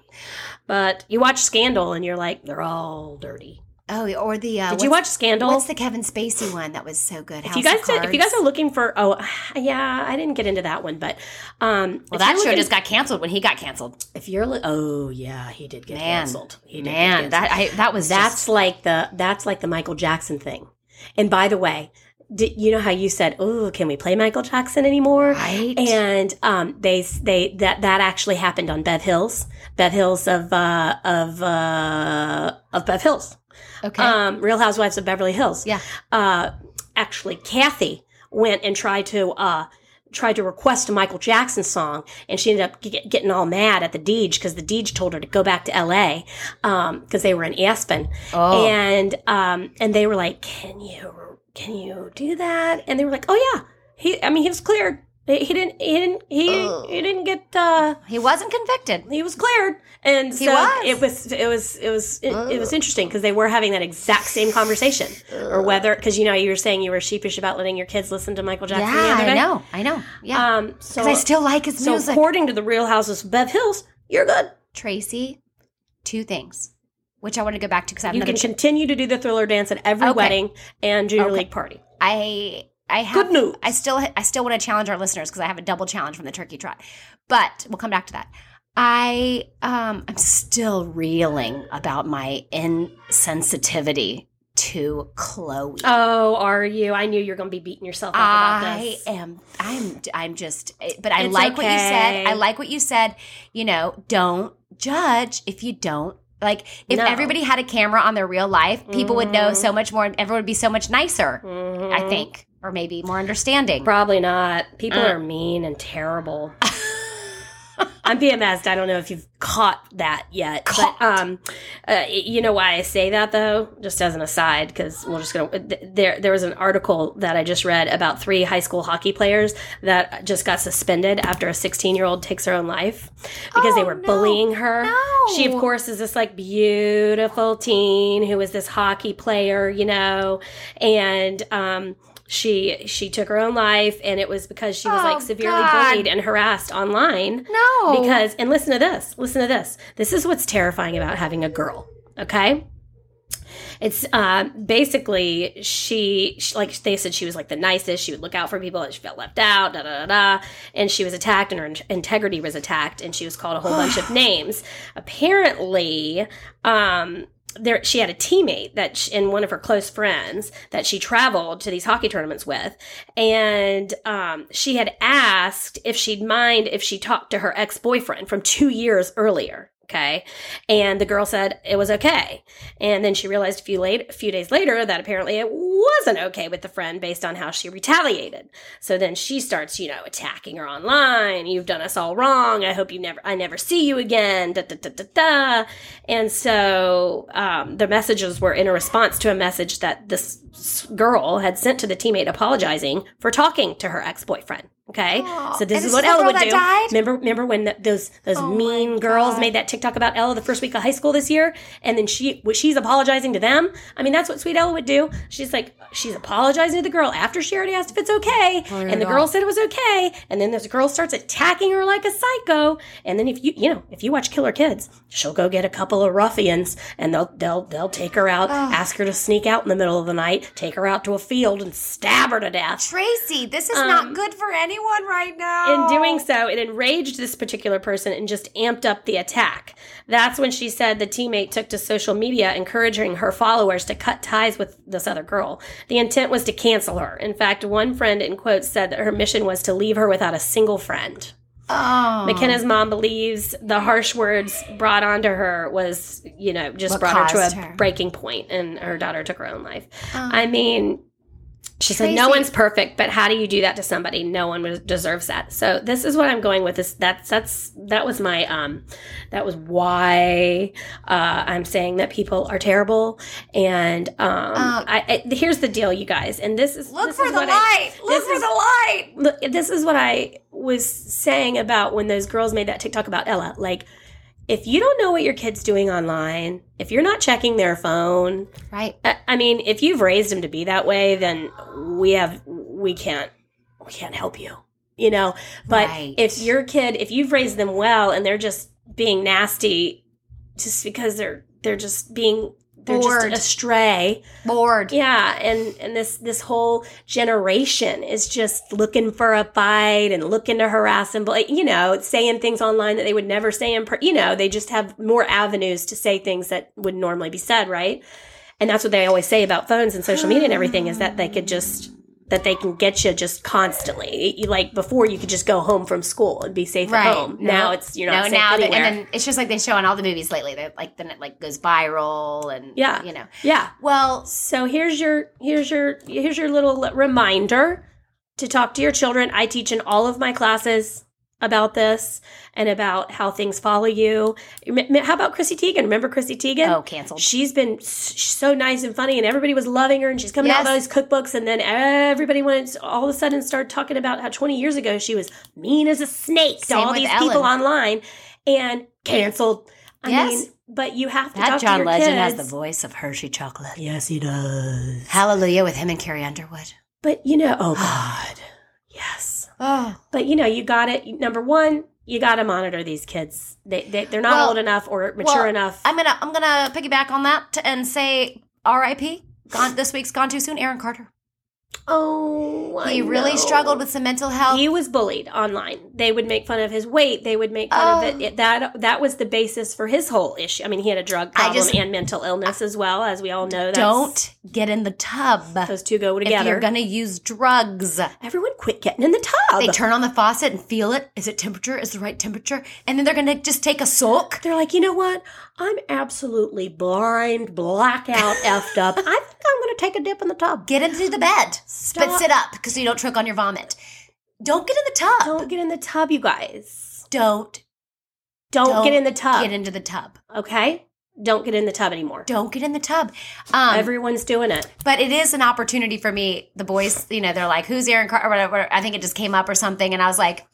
[SPEAKER 3] but you watch Scandal and you're like, they're all dirty.
[SPEAKER 2] oh, or the uh,
[SPEAKER 3] Did you
[SPEAKER 2] what's-
[SPEAKER 3] watch Scandal?
[SPEAKER 2] What's the Kevin Spacey one that was so good?
[SPEAKER 3] if
[SPEAKER 2] House
[SPEAKER 3] you guys
[SPEAKER 2] of
[SPEAKER 3] did, if you guys
[SPEAKER 2] Cards?
[SPEAKER 3] are looking for oh yeah I didn't get into that one but um
[SPEAKER 2] well,
[SPEAKER 3] if you're
[SPEAKER 2] that show
[SPEAKER 3] looking-
[SPEAKER 2] just got canceled when he got canceled.
[SPEAKER 3] if you're li- oh yeah he did get
[SPEAKER 2] Man.
[SPEAKER 3] canceled he did get
[SPEAKER 2] Man,
[SPEAKER 3] canceled.
[SPEAKER 2] that I, that was
[SPEAKER 3] that's
[SPEAKER 2] that's
[SPEAKER 3] like the that's like the Michael Jackson thing and by the way did, you know how you said oh can we play Michael Jackson anymore
[SPEAKER 2] right.
[SPEAKER 3] and um, they they that that actually happened on Bev Hills, Bev Hills of uh, of uh, of Bev Hills,
[SPEAKER 2] okay,
[SPEAKER 3] um, Real Housewives of Beverly Hills.
[SPEAKER 2] Yeah.
[SPEAKER 3] Uh, actually, Kathy went and tried to uh, tried to request a Michael Jackson song, and she ended up g- getting all mad at the Deej because the Deej told her to go back to L.A. because they were in Aspen,
[SPEAKER 2] oh,
[SPEAKER 3] and um, and they were like, "Can you can you do that?" And they were like, "Oh yeah, he. I mean, he was cleared. He, he didn't. He didn't. He
[SPEAKER 2] Ugh.
[SPEAKER 3] he didn't get." Uh,
[SPEAKER 2] he wasn't convicted.
[SPEAKER 3] he was cleared, and
[SPEAKER 2] He
[SPEAKER 3] so
[SPEAKER 2] was.
[SPEAKER 3] it was Oh. it was it was it, it was interesting because they were having that exact same conversation, or whether because you know you were saying you were sheepish about letting your kids listen to Michael Jackson. the
[SPEAKER 2] yeah,
[SPEAKER 3] other
[SPEAKER 2] I
[SPEAKER 3] day.
[SPEAKER 2] know, I know. Yeah,
[SPEAKER 3] Um, so
[SPEAKER 2] because I still like his
[SPEAKER 3] so
[SPEAKER 2] music.
[SPEAKER 3] according to the Real Houses of Bev Hills, you're good.
[SPEAKER 2] Tracy, two things, which I want to go back to because I have
[SPEAKER 3] You
[SPEAKER 2] another.
[SPEAKER 3] can
[SPEAKER 2] ch-
[SPEAKER 3] continue to do the Thriller dance at every
[SPEAKER 2] Okay.
[SPEAKER 3] wedding and junior
[SPEAKER 2] Okay.
[SPEAKER 3] league party.
[SPEAKER 2] I I have
[SPEAKER 3] Good news.
[SPEAKER 2] I still I still want to challenge our listeners because I have a double challenge from the turkey trot. But we'll come back to that. I um I'm still reeling about my insensitivity to Chloe.
[SPEAKER 3] Oh, are you? I knew you were going to be beating yourself up about
[SPEAKER 2] I
[SPEAKER 3] this.
[SPEAKER 2] am I'm I'm just eh, but I
[SPEAKER 3] It's
[SPEAKER 2] like what you said.
[SPEAKER 3] okay.
[SPEAKER 2] I like what you said. You know, don't judge if you don't like if
[SPEAKER 3] No.
[SPEAKER 2] everybody had a camera on their real life, people would know
[SPEAKER 3] Mhm.
[SPEAKER 2] so much more and everyone would be so much nicer,
[SPEAKER 3] Mhm.
[SPEAKER 2] I think, or maybe more understanding.
[SPEAKER 3] Probably not. People
[SPEAKER 2] Mm.
[SPEAKER 3] are mean and terrible. I'm PMSed. I don't know if you've caught that yet.
[SPEAKER 2] Caught.
[SPEAKER 3] But um, uh, you know why I say that though. Just as an aside, because we're just gonna. uh, th- There, there was an article that I just read about three high school hockey players that just got suspended after a 16 year old takes her own life because they
[SPEAKER 2] Oh,
[SPEAKER 3] were
[SPEAKER 2] no.
[SPEAKER 3] bullying her.
[SPEAKER 2] No.
[SPEAKER 3] She, of course, is this like beautiful teen who is this hockey player, you know, and um, she she took her own life, and it was because she was
[SPEAKER 2] Oh,
[SPEAKER 3] like severely
[SPEAKER 2] God.
[SPEAKER 3] bullied and harassed online.
[SPEAKER 2] No.
[SPEAKER 3] Because and listen to this, listen to this. This is what's terrifying about having a girl. Okay. It's uh, basically she, she like they said she was like the nicest. She would look out for people. and She felt left out. Da da da da. And she was attacked, and her in- integrity was attacked, and she was called a whole bunch of names. Apparently, um, there she had a teammate that she, and one of her close friends that she traveled to these hockey tournaments with and um, she had asked if she'd mind if she talked to her ex-boyfriend from two years earlier okay and the girl said it was okay and then she realized a few late a few days later that apparently it wasn't okay with the friend based on how she retaliated so then she starts you know attacking her online you've done us all wrong i hope you never i never see you again da da da da da and so um, the messages were in a response to a message that this s- girl had sent to the teammate apologizing for talking to her ex-boyfriend okay
[SPEAKER 2] Aw,
[SPEAKER 3] so
[SPEAKER 2] and
[SPEAKER 3] this is
[SPEAKER 2] this
[SPEAKER 3] what
[SPEAKER 2] is the
[SPEAKER 3] ella
[SPEAKER 2] girl
[SPEAKER 3] would
[SPEAKER 2] that
[SPEAKER 3] do
[SPEAKER 2] died?
[SPEAKER 3] Remember, remember when th those those
[SPEAKER 2] Oh
[SPEAKER 3] mean
[SPEAKER 2] my
[SPEAKER 3] girls
[SPEAKER 2] God.
[SPEAKER 3] made that TikTok about Ella the first week of high school this year, and then she was she's apologizing to them. I mean, that's what Sweet Ella would do. She's like, she's apologizing to the girl after she already asked if it's okay,
[SPEAKER 1] Oh,
[SPEAKER 3] and the
[SPEAKER 1] yeah.
[SPEAKER 3] girl said it was okay, and then this girl starts attacking her like a psycho. And then if you you know if you watch Killer Kids, she'll go get a couple of ruffians, and they'll they'll they'll take her out, ask her to sneak out in the middle of the night, take her out to a field, and stab her to death.
[SPEAKER 2] Tracy, this is
[SPEAKER 3] Um,
[SPEAKER 2] not good for anyone right now.
[SPEAKER 3] In doing so, it enraged this particular person and just amped up the attack. That's when she said the teammate took to social media, encouraging her followers to cut ties with this other girl. The intent was to cancel her. In fact, one friend, in quotes, said that her mission was to leave her without a single friend.
[SPEAKER 2] oh.
[SPEAKER 3] McKenna's mom believes the harsh words brought onto her was, you know, just
[SPEAKER 2] What
[SPEAKER 3] brought her
[SPEAKER 2] caused
[SPEAKER 3] to a
[SPEAKER 2] her.
[SPEAKER 3] breaking point, and her daughter took her own life.
[SPEAKER 2] Oh.
[SPEAKER 3] I mean, she said, "No
[SPEAKER 2] Tracy-
[SPEAKER 3] one's perfect, but how do you do that to somebody? No one was- deserves that." So this is what I'm going with. This that's that's that was my um, that was why uh, I'm saying that people are terrible. And um,
[SPEAKER 2] Oh.
[SPEAKER 3] I, I here's the deal, you guys. And this is
[SPEAKER 2] Look
[SPEAKER 3] this
[SPEAKER 2] for
[SPEAKER 3] is
[SPEAKER 2] the
[SPEAKER 3] what I-
[SPEAKER 2] light. Look
[SPEAKER 3] this
[SPEAKER 2] for
[SPEAKER 3] is-
[SPEAKER 2] the light.
[SPEAKER 3] look, this is what I was saying about when those girls made that TikTok about Ella. Like, if you don't know what your kid's doing online, if you're not checking their phone,
[SPEAKER 2] Right.
[SPEAKER 3] I, I mean, if you've raised him to be that way, then we have we can't we can't help you, you know. But
[SPEAKER 2] Right.
[SPEAKER 3] if your kid, if you've raised them well, and they're just being nasty, just because they're they're just being they're
[SPEAKER 2] Bored.
[SPEAKER 3] just astray,
[SPEAKER 2] Bored.
[SPEAKER 3] yeah, and and this this whole generation is just looking for a fight and looking to harass and bla- you know saying things online that they would never say in per- you know they just have more avenues to say things that would normally be said, right? And that's what they always say about phones and social media and everything is that they could just that they can get you just constantly. You- Like before, you could just go home from school and be safe
[SPEAKER 2] Right.
[SPEAKER 3] at home. Now it's you're
[SPEAKER 2] no,
[SPEAKER 3] not safe
[SPEAKER 2] now that-
[SPEAKER 3] anywhere.
[SPEAKER 2] and then it's just like they show on all the movies lately. That like then it like goes viral and
[SPEAKER 3] Yeah.
[SPEAKER 2] you know.
[SPEAKER 3] yeah.
[SPEAKER 2] Well,
[SPEAKER 3] So here's your here's your here's your little reminder to talk to your children. I teach in all of my classes about this and about how things follow you. M- m- How about Chrissy Teigen? Remember Chrissy Teigen?
[SPEAKER 2] oh, canceled.
[SPEAKER 3] She's been s- so nice and funny, and everybody was loving her, and she's coming out with all
[SPEAKER 2] Yes.
[SPEAKER 3] these cookbooks, and then everybody went all of a sudden started talking about how 20 years ago she was mean as a snake to
[SPEAKER 2] Same
[SPEAKER 3] all
[SPEAKER 2] with
[SPEAKER 3] these
[SPEAKER 2] Ellen.
[SPEAKER 3] people online, and canceled. I
[SPEAKER 2] Yes.
[SPEAKER 3] mean, but you have to
[SPEAKER 2] That
[SPEAKER 3] talk to
[SPEAKER 2] John
[SPEAKER 3] your
[SPEAKER 2] Legend has the
[SPEAKER 3] kids.
[SPEAKER 2] voice of Hershey chocolate.
[SPEAKER 3] Yes, he does.
[SPEAKER 2] Hallelujah with him and Carrie Underwood.
[SPEAKER 3] But you know, oh God, yes.
[SPEAKER 2] Oh,
[SPEAKER 3] But you know, you got it. Number one, you got to monitor these kids. They, they they're not
[SPEAKER 2] Well-
[SPEAKER 3] old enough or mature
[SPEAKER 2] well,
[SPEAKER 3] enough.
[SPEAKER 2] I'm gonna I'm gonna piggyback on that t- and say R.I.P. Gone this week's gone too soon. Aaron Carter.
[SPEAKER 3] oh, I
[SPEAKER 2] He really
[SPEAKER 3] know.
[SPEAKER 2] struggled with some mental health.
[SPEAKER 3] He was bullied online. They would make fun of his weight. They would make fun of
[SPEAKER 2] Oh.
[SPEAKER 3] it. it. That that was the basis for his whole issue. I mean, he had a drug
[SPEAKER 2] I
[SPEAKER 3] problem
[SPEAKER 2] just-
[SPEAKER 3] and mental illness as well, as we all know. That's,
[SPEAKER 2] Don't get in the tub
[SPEAKER 3] those two go
[SPEAKER 2] if
[SPEAKER 3] together?
[SPEAKER 2] you're gonna use drugs.
[SPEAKER 3] Everyone, quit getting in the tub.
[SPEAKER 2] They turn on the faucet and feel it. Is it temperature? Is the right temperature? And then they're gonna just take a soak.
[SPEAKER 3] They're like, you know what? I'm absolutely blind, blackout, effed up. I think I'm going to take a dip in the tub.
[SPEAKER 2] Get into the bed. But sit up because you don't choke on your vomit. Don't get in the tub. Don't,
[SPEAKER 3] Don't get in the tub, you guys. Don't,
[SPEAKER 2] Don't
[SPEAKER 3] get in the tub.
[SPEAKER 2] get into the tub.
[SPEAKER 3] okay? Don't get in the tub anymore.
[SPEAKER 2] Don't get in the tub. Um,
[SPEAKER 3] Everyone's doing it.
[SPEAKER 2] but it is an opportunity for me. The boys, you know, they're like, "Who's Aaron Carter?" Or whatever. I think it just came up or something, and I was like,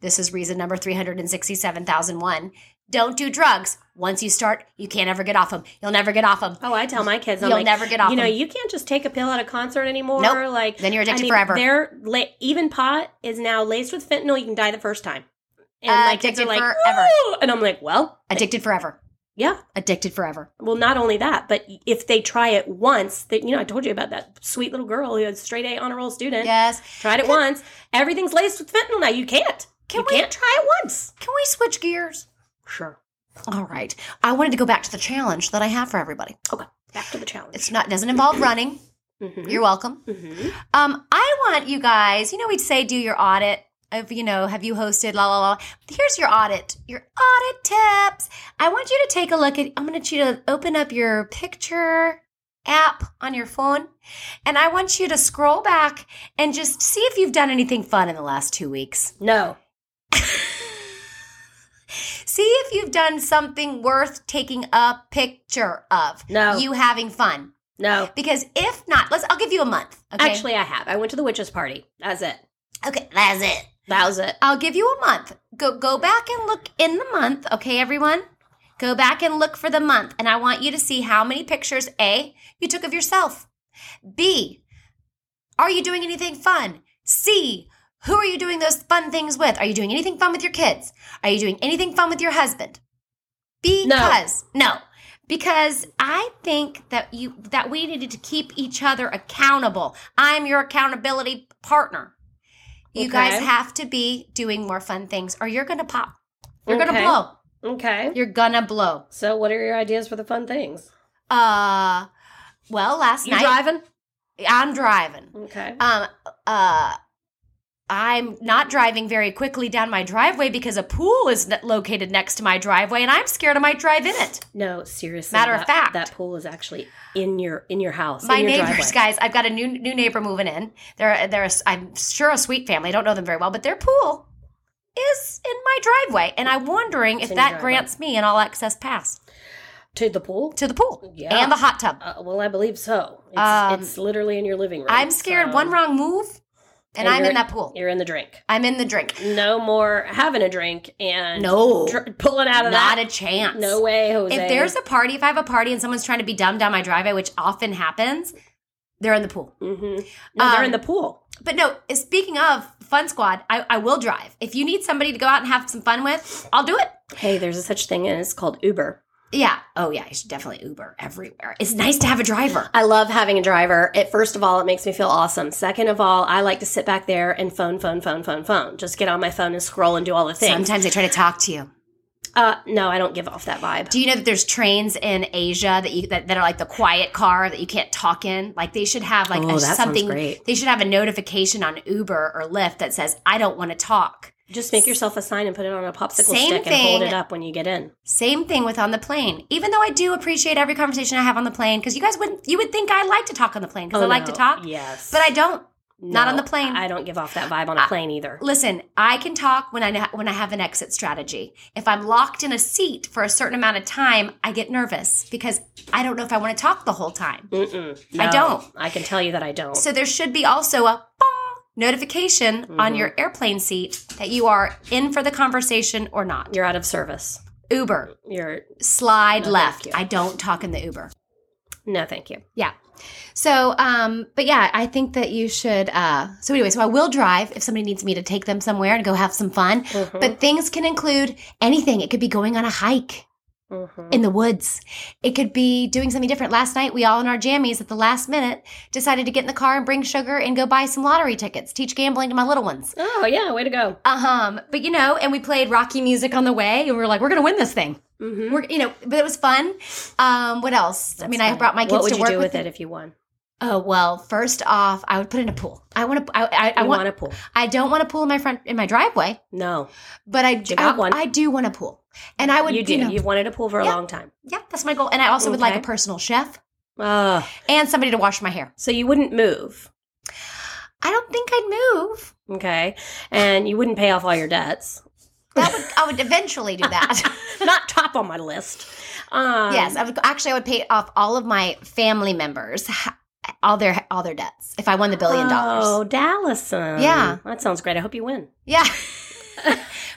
[SPEAKER 2] "This is reason number three hundred and sixty-seven thousand one. Don't do drugs. Once you start, you can't ever get off them. You'll never get off them.
[SPEAKER 3] Oh, I tell my kids, I'm
[SPEAKER 2] You'll
[SPEAKER 3] like,
[SPEAKER 2] never get off
[SPEAKER 3] You know,
[SPEAKER 2] 'em.
[SPEAKER 3] you can't just take a pill at a concert anymore.
[SPEAKER 2] Nope.
[SPEAKER 3] Like
[SPEAKER 2] Then you're
[SPEAKER 3] I
[SPEAKER 2] addicted
[SPEAKER 3] mean,
[SPEAKER 2] forever.
[SPEAKER 3] They're la- even pot is now laced with fentanyl. You can die the first time. And
[SPEAKER 2] Uh,
[SPEAKER 3] my kids are like,
[SPEAKER 2] addicted forever.
[SPEAKER 3] "Woo!" and I'm like, well,
[SPEAKER 2] Addicted forever.
[SPEAKER 3] yeah,
[SPEAKER 2] Addicted forever.
[SPEAKER 3] Well, not only that, but if they try it once, that you know, I told you about that sweet little girl who had straight A honor roll student.
[SPEAKER 2] Yes.
[SPEAKER 3] Tried it once. Everything's laced with fentanyl now. You can't.
[SPEAKER 2] Can
[SPEAKER 3] you
[SPEAKER 2] we-
[SPEAKER 3] can't try it once.
[SPEAKER 2] Can we switch gears?
[SPEAKER 3] Sure.
[SPEAKER 2] All right. I wanted to go back to the challenge that I have for everybody.
[SPEAKER 3] Back to the challenge.
[SPEAKER 2] It's not doesn't involve running.
[SPEAKER 3] Mhm.
[SPEAKER 2] You're welcome.
[SPEAKER 3] Mhm.
[SPEAKER 2] Um, I want you guys, you know, we'd say do your audit of, you know, have you hosted, la, la, la. Here's your audit, your audit tips. I want you to take a look at, I'm going to you to open up your picture app on your phone. And I want you to scroll back and just see if you've done anything fun in the last two weeks.
[SPEAKER 3] No.
[SPEAKER 2] See if you've done something worth taking a picture of.
[SPEAKER 3] No.
[SPEAKER 2] You having fun.
[SPEAKER 3] No.
[SPEAKER 2] Because if not, let's, I'll give you a month. Okay.
[SPEAKER 3] Actually, I have. I went to the witches' party. That's it.
[SPEAKER 2] okay, that's it.
[SPEAKER 3] That was it.
[SPEAKER 2] I'll give you a month. Go go back and look in the month, okay, everyone? Go back and look for the month, and I want you to see how many pictures A you took of yourself. B, are you doing anything fun? C, who are you doing those fun things with? Are you doing anything fun with your kids? Are you doing anything fun with your husband? Because no. Because I think that you that we needed to keep each other accountable. I'm your accountability partner. You guys
[SPEAKER 3] Okay.
[SPEAKER 2] have to be doing more fun things or you're going to pop. You're going to
[SPEAKER 3] Okay.
[SPEAKER 2] blow.
[SPEAKER 3] Okay.
[SPEAKER 2] You're going to blow.
[SPEAKER 3] So, what are your ideas for the fun things?
[SPEAKER 2] Uh well, last
[SPEAKER 3] You
[SPEAKER 2] night
[SPEAKER 3] driving?
[SPEAKER 2] I'm driving.
[SPEAKER 3] Okay.
[SPEAKER 2] Um, uh, I'm not driving very quickly down my driveway because a pool is n- located next to my driveway, and I'm scared I might drive in it.
[SPEAKER 3] No, seriously.
[SPEAKER 2] Matter of
[SPEAKER 3] that-
[SPEAKER 2] fact.
[SPEAKER 3] that pool is actually in your in your house.
[SPEAKER 2] my
[SPEAKER 3] in your
[SPEAKER 2] neighbors,
[SPEAKER 3] driveway.
[SPEAKER 2] guys, I've got a new new neighbor moving in. They're they're a s- I'm sure a sweet family. I don't know them very well, but their pool is in my driveway, and I'm wondering
[SPEAKER 3] It's
[SPEAKER 2] if
[SPEAKER 3] in your
[SPEAKER 2] that
[SPEAKER 3] driveway.
[SPEAKER 2] grants me an all access pass
[SPEAKER 3] to the pool.
[SPEAKER 2] to the pool
[SPEAKER 3] Yeah.
[SPEAKER 2] and the hot tub.
[SPEAKER 3] Uh, well, I believe so. It's,
[SPEAKER 2] Um,
[SPEAKER 3] it's literally in your living room.
[SPEAKER 2] I'm scared
[SPEAKER 3] so
[SPEAKER 2] one wrong move, and,
[SPEAKER 3] And
[SPEAKER 2] I'm
[SPEAKER 3] you're-
[SPEAKER 2] in that pool.
[SPEAKER 3] You're in the drink.
[SPEAKER 2] I'm in the drink.
[SPEAKER 3] No more having a drink and
[SPEAKER 2] No,
[SPEAKER 3] dr- pulling out of
[SPEAKER 2] not
[SPEAKER 3] that.
[SPEAKER 2] a chance.
[SPEAKER 3] no way, Jose.
[SPEAKER 2] If there's a party, if I have a party and someone's trying to be dumb down my driveway, which often happens, they're in the pool.
[SPEAKER 3] hmm no, they're
[SPEAKER 2] Um,
[SPEAKER 3] in the pool.
[SPEAKER 2] But no, speaking of fun squad, I, I will drive. If you need somebody to go out and have some fun with, I'll do it.
[SPEAKER 3] Hey, there's a such thing and it's called Uber.
[SPEAKER 2] Yeah. Oh yeah, I should definitely Uber everywhere. It's nice to have a driver.
[SPEAKER 3] I love having a driver. It first of all, it makes me feel awesome. Second of all, I like to sit back there and phone, phone, phone, phone, phone. Just get on my phone and scroll and do all the things.
[SPEAKER 2] Sometimes they try to talk to you.
[SPEAKER 3] Uh, no, I don't give off that vibe.
[SPEAKER 2] Do you know that there's trains in Asia that you that, that are like the quiet car that you can't talk in? Like they should have like
[SPEAKER 3] Oh,
[SPEAKER 2] a,
[SPEAKER 3] that sounds
[SPEAKER 2] something.
[SPEAKER 3] great.
[SPEAKER 2] They should have a notification on Uber or Lyft that says, "I don't want to talk."
[SPEAKER 3] Just make yourself a sign and put it on a popsicle
[SPEAKER 2] Same
[SPEAKER 3] stick and hold
[SPEAKER 2] thing.
[SPEAKER 3] it up when you get in.
[SPEAKER 2] Same thing with on the plane. Even though I do appreciate every conversation I have on the plane, because you guys wouldn't, you would think I like to talk on the plane because I like to
[SPEAKER 3] Oh, no.
[SPEAKER 2] talk,
[SPEAKER 3] Yes.
[SPEAKER 2] but I don't. not
[SPEAKER 3] No,
[SPEAKER 2] on the plane.
[SPEAKER 3] I don't give off that vibe on a plane either.
[SPEAKER 2] Listen, I can talk when I kn- when I have an exit strategy. If I'm locked in a seat for a certain amount of time, I get nervous because I don't know if I want to talk the whole time.
[SPEAKER 3] Mm-mm.
[SPEAKER 2] I
[SPEAKER 3] No.
[SPEAKER 2] don't.
[SPEAKER 3] I can tell you that I don't.
[SPEAKER 2] So there should be also a bong notification
[SPEAKER 3] Mm-hmm.
[SPEAKER 2] on your airplane seat that you are in for the conversation or not.
[SPEAKER 3] You're out of service.
[SPEAKER 2] Uber,
[SPEAKER 3] You're
[SPEAKER 2] slide
[SPEAKER 3] No,
[SPEAKER 2] left.
[SPEAKER 3] Oh, thank you.
[SPEAKER 2] I don't talk in the Uber.
[SPEAKER 3] no, thank you.
[SPEAKER 2] Yeah. So, um, but yeah, I think that you should. Uh, so anyway, so I will drive if somebody needs me to take them somewhere and go have some fun.
[SPEAKER 3] Mm-hmm,
[SPEAKER 2] But things can include anything. It could be going on a hike
[SPEAKER 3] Mhm.
[SPEAKER 2] in the woods. It could be doing something different. Last night, we all in our jammies at the last minute decided to get in the car and bring sugar and go buy some lottery tickets. Teach gambling to my little ones.
[SPEAKER 3] Oh yeah, way to go.
[SPEAKER 2] Um, but you know, and we played Rocky music on the way, and we were like, we're gonna win this thing.
[SPEAKER 3] Mm-hmm.
[SPEAKER 2] We're, you know, but it was fun. Um, what else? I mean, I brought my kids
[SPEAKER 3] What would
[SPEAKER 2] to
[SPEAKER 3] you
[SPEAKER 2] work
[SPEAKER 3] do
[SPEAKER 2] with
[SPEAKER 3] with it if you won?
[SPEAKER 2] Oh well, first off, I would put in a pool. I want to. I, I, I
[SPEAKER 3] You
[SPEAKER 2] want.
[SPEAKER 3] want a pool?
[SPEAKER 2] I don't want a pool in my front in my driveway,
[SPEAKER 3] No,
[SPEAKER 2] but I do.
[SPEAKER 3] got
[SPEAKER 2] I,
[SPEAKER 3] one.
[SPEAKER 2] I do want a pool, and I would.
[SPEAKER 3] you
[SPEAKER 2] You
[SPEAKER 3] do.
[SPEAKER 2] know,
[SPEAKER 3] You've wanted a pool for a
[SPEAKER 2] Yeah.
[SPEAKER 3] long time.
[SPEAKER 2] yeah, that's my goal. And I also would like a
[SPEAKER 3] Okay.
[SPEAKER 2] personal chef
[SPEAKER 3] Oh,
[SPEAKER 2] and somebody to wash my hair.
[SPEAKER 3] so you wouldn't move,
[SPEAKER 2] I don't think I'd move.
[SPEAKER 3] okay? And you wouldn't pay off all your debts.
[SPEAKER 2] That would. I would eventually do that.
[SPEAKER 3] Not top on my list. Um,
[SPEAKER 2] yes, I would. Actually, I would pay off all of my family members, ha- all their all their debts if I won the billion dollars.
[SPEAKER 3] Oh, Dallison.
[SPEAKER 2] Yeah.
[SPEAKER 3] that sounds great. I hope you win.
[SPEAKER 2] Yeah.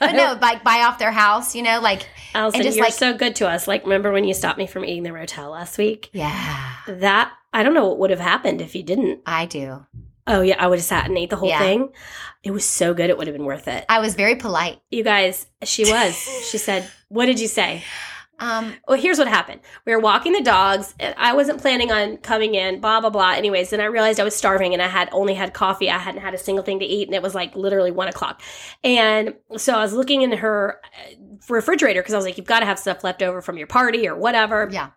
[SPEAKER 2] but no, like buy off their house, you know, like
[SPEAKER 3] Allison,
[SPEAKER 2] just,
[SPEAKER 3] you're
[SPEAKER 2] like-
[SPEAKER 3] so good to us. Like, remember when you stopped me from eating the rotel last week?
[SPEAKER 2] yeah,
[SPEAKER 3] That I don't know what would have happened if you didn't.
[SPEAKER 2] I do.
[SPEAKER 3] Oh yeah, I would have sat and ate the whole
[SPEAKER 2] Yeah.
[SPEAKER 3] thing. It was so good; it would have been worth it.
[SPEAKER 2] I was very polite.
[SPEAKER 3] You guys, she was. she said, "What did you say?"
[SPEAKER 2] Um,
[SPEAKER 3] well, here's what happened. We were walking the dogs. And I wasn't planning on coming in, blah, blah, blah. Anyways, then I realized I was starving and I had only had coffee. I hadn't had a single thing to eat. And it was like literally one o'clock. And so I was looking in her uh, refrigerator because I was like, you've got to have stuff left over from your party or whatever.
[SPEAKER 2] yeah.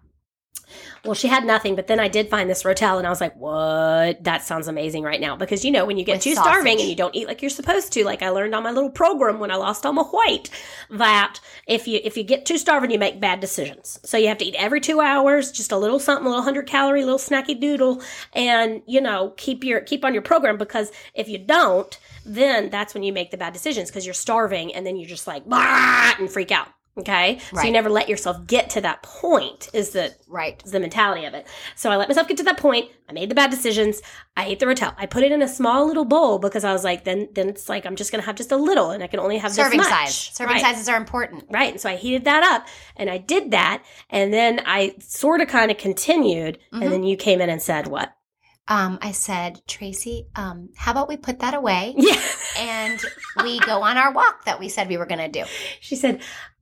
[SPEAKER 3] Well, she had nothing. But then I did find this Rotel and I was like, what? That sounds amazing right now. Because, you know, when you get
[SPEAKER 2] With
[SPEAKER 3] too
[SPEAKER 2] sausage.
[SPEAKER 3] starving and you don't eat like you're supposed to, like I learned on my little program when I lost all my weight, that if you if you get too starving, you make bad decisions. So you have to eat every two hours, just a little something, a little hundred calorie, little snacky doodle, and you know keep your keep on your program because if you don't, then that's when you make the bad decisions because you're starving and then you're just like "Bah," and freak out. Okay, so you
[SPEAKER 2] Right.
[SPEAKER 3] never let yourself get to that point. Is the
[SPEAKER 2] Right.
[SPEAKER 3] is the mentality of it. So I let myself get to that point. I made the bad decisions. I ate the Rotel. I put it in a small little bowl because I was like, then then it's like I'm just gonna have just a little, and I can only have
[SPEAKER 2] Serving
[SPEAKER 3] this much.
[SPEAKER 2] size. Serving
[SPEAKER 3] right.
[SPEAKER 2] sizes are important.
[SPEAKER 3] Right. And so I heated that up, and I did that, and then I sort of kind of continued,
[SPEAKER 2] Mhm.
[SPEAKER 3] and then you came in and said what?
[SPEAKER 2] Um, I said, Tracy, um, how about we put that away
[SPEAKER 3] Yeah.
[SPEAKER 2] and we go on our walk that we said we were going to do?
[SPEAKER 3] She said.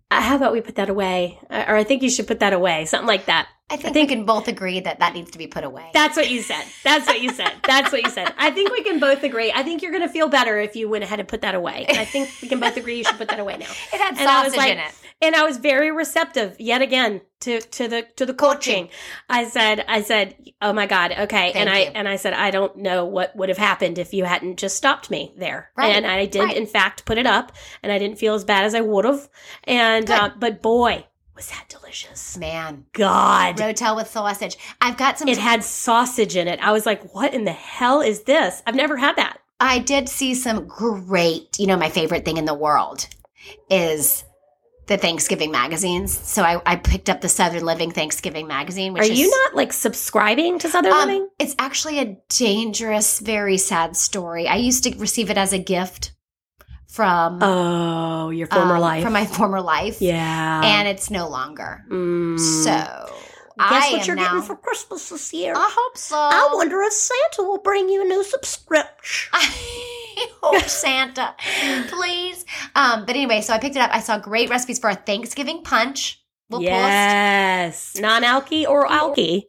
[SPEAKER 3] "Uh, How about we put that away? Uh, Or I think you should put that away. Something like that.
[SPEAKER 2] I think,
[SPEAKER 3] think-
[SPEAKER 2] we can both agree that that needs to be put away.
[SPEAKER 3] That's what you said. That's what you said. That's what you said. I think we can both agree. I think you're going to feel better if you went ahead and put that away. I think we can both agree you should put that away now.
[SPEAKER 2] it had
[SPEAKER 3] and I was
[SPEAKER 2] sausage
[SPEAKER 3] like,
[SPEAKER 2] in it.
[SPEAKER 3] and I was very receptive yet again to to the to the coaching. I said, I said, oh my god, okay,
[SPEAKER 2] Thank
[SPEAKER 3] and I
[SPEAKER 2] you.
[SPEAKER 3] and I said, I don't know what would have happened if you hadn't just stopped me there,
[SPEAKER 2] Right,
[SPEAKER 3] and I did
[SPEAKER 2] right.
[SPEAKER 3] in fact put it up, and I didn't feel as bad as I would have, and
[SPEAKER 2] Good.
[SPEAKER 3] uh, but boy, was that delicious,
[SPEAKER 2] Man,
[SPEAKER 3] God.
[SPEAKER 2] Rotel with sausage. I've got some.
[SPEAKER 3] It had sausage in it. I was like, what in the hell is this? I've never had that.
[SPEAKER 2] I did see some great, you know, my favorite thing in the world is the Thanksgiving magazines. So I, I picked up the Southern Living Thanksgiving magazine, which
[SPEAKER 3] Are
[SPEAKER 2] is
[SPEAKER 3] you not like subscribing to Southern
[SPEAKER 2] um,
[SPEAKER 3] Living?
[SPEAKER 2] it's actually a dangerous, very sad story. I used to receive it as a gift from
[SPEAKER 3] Oh, your former
[SPEAKER 2] um,
[SPEAKER 3] life.
[SPEAKER 2] From my former life.
[SPEAKER 3] yeah.
[SPEAKER 2] And it's no longer.
[SPEAKER 3] Mm.
[SPEAKER 2] So
[SPEAKER 3] guess
[SPEAKER 2] I
[SPEAKER 3] what
[SPEAKER 2] am
[SPEAKER 3] you're
[SPEAKER 2] now-
[SPEAKER 3] getting for Christmas this year?
[SPEAKER 2] I hope so.
[SPEAKER 3] I wonder if Santa will bring you a new subscription.
[SPEAKER 2] I hope Oh, Santa, please. Um, but anyway, so I picked it up. I saw great recipes for a Thanksgiving punch. We'll post
[SPEAKER 3] yes, non-alky or alky.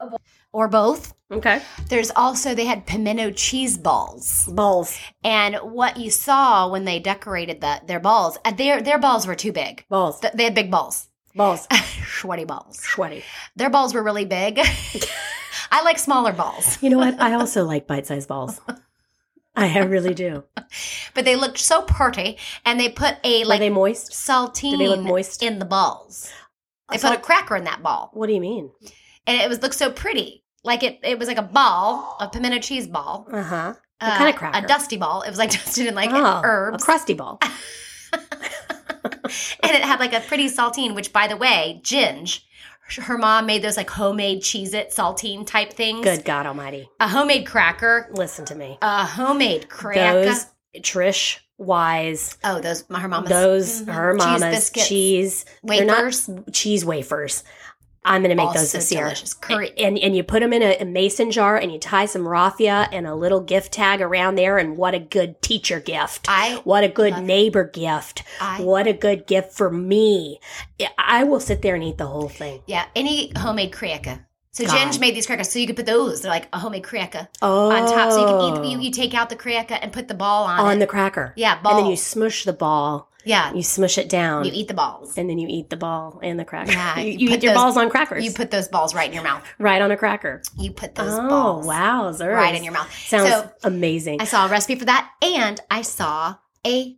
[SPEAKER 2] or both.
[SPEAKER 3] Okay,
[SPEAKER 2] There's also they had pimento cheese balls,
[SPEAKER 3] balls,
[SPEAKER 2] and what you saw when they decorated the their balls, uh, their their balls were too big.
[SPEAKER 3] balls,
[SPEAKER 2] Th- They had big balls,
[SPEAKER 3] balls.
[SPEAKER 2] sweaty balls.
[SPEAKER 3] Sweaty.
[SPEAKER 2] Their balls were really big. I like smaller balls,
[SPEAKER 3] You know what? I also like bite-sized balls. I I really do.
[SPEAKER 2] but they looked so pretty, and they put a
[SPEAKER 3] Like,
[SPEAKER 2] like
[SPEAKER 3] Are they moist?
[SPEAKER 2] saltine
[SPEAKER 3] Do they look moist?
[SPEAKER 2] in the balls. They put a cracker in that ball.
[SPEAKER 3] What do you mean?
[SPEAKER 2] and it was looked so pretty. Like it, it was like a ball, a pimento cheese ball.
[SPEAKER 3] Uh huh.
[SPEAKER 2] What
[SPEAKER 3] kind of cracker? Oh,
[SPEAKER 2] A dusty ball. It was like dusted in like
[SPEAKER 3] a
[SPEAKER 2] herbs,
[SPEAKER 3] crusty ball.
[SPEAKER 2] and it had like a pretty saltine. Which, by the way, Ginge, her mom made those like homemade cheese it saltine type things.
[SPEAKER 3] Good God Almighty!
[SPEAKER 2] A homemade cracker,
[SPEAKER 3] Listen to me.
[SPEAKER 2] a homemade cracker.
[SPEAKER 3] Those Trish Wise.
[SPEAKER 2] oh, those my her mama's
[SPEAKER 3] Those
[SPEAKER 2] Mhm.
[SPEAKER 3] her
[SPEAKER 2] Cheese
[SPEAKER 3] mama's
[SPEAKER 2] biscuits.
[SPEAKER 3] cheese. They're not
[SPEAKER 2] wafers.
[SPEAKER 3] cheese wafers. I'm going to make those
[SPEAKER 2] Also
[SPEAKER 3] this year.
[SPEAKER 2] delicious. Curry.
[SPEAKER 3] And and you put them in a, a mason jar and you tie some raffia and a little gift tag around there. And what a good teacher gift.
[SPEAKER 2] I,
[SPEAKER 3] what a good
[SPEAKER 2] love it.
[SPEAKER 3] neighbor gift.
[SPEAKER 2] I,
[SPEAKER 3] What a good gift for me. I- I will sit there and eat the whole thing.
[SPEAKER 2] yeah, any homemade cracker. So
[SPEAKER 3] God.
[SPEAKER 2] Ginge made these crackers, so you could put those. They're like a homemade cracker
[SPEAKER 3] Oh,
[SPEAKER 2] on top, so you can eat, you, you take out the cracker and put the ball on.
[SPEAKER 3] on
[SPEAKER 2] it.
[SPEAKER 3] the cracker.
[SPEAKER 2] Yeah, ball.
[SPEAKER 3] And then you smush the ball.
[SPEAKER 2] yeah,
[SPEAKER 3] You smush it down.
[SPEAKER 2] you eat the balls.
[SPEAKER 3] and then you eat the ball and the cracker.
[SPEAKER 2] Yeah, you
[SPEAKER 3] you, you
[SPEAKER 2] put
[SPEAKER 3] eat your
[SPEAKER 2] those-
[SPEAKER 3] balls on crackers.
[SPEAKER 2] You put those balls right in your mouth.
[SPEAKER 3] right on a cracker.
[SPEAKER 2] You put those
[SPEAKER 3] Oh
[SPEAKER 2] balls
[SPEAKER 3] wow,
[SPEAKER 2] right in your mouth.
[SPEAKER 3] Sounds
[SPEAKER 2] So-
[SPEAKER 3] amazing.
[SPEAKER 2] I saw a recipe for that, and I saw a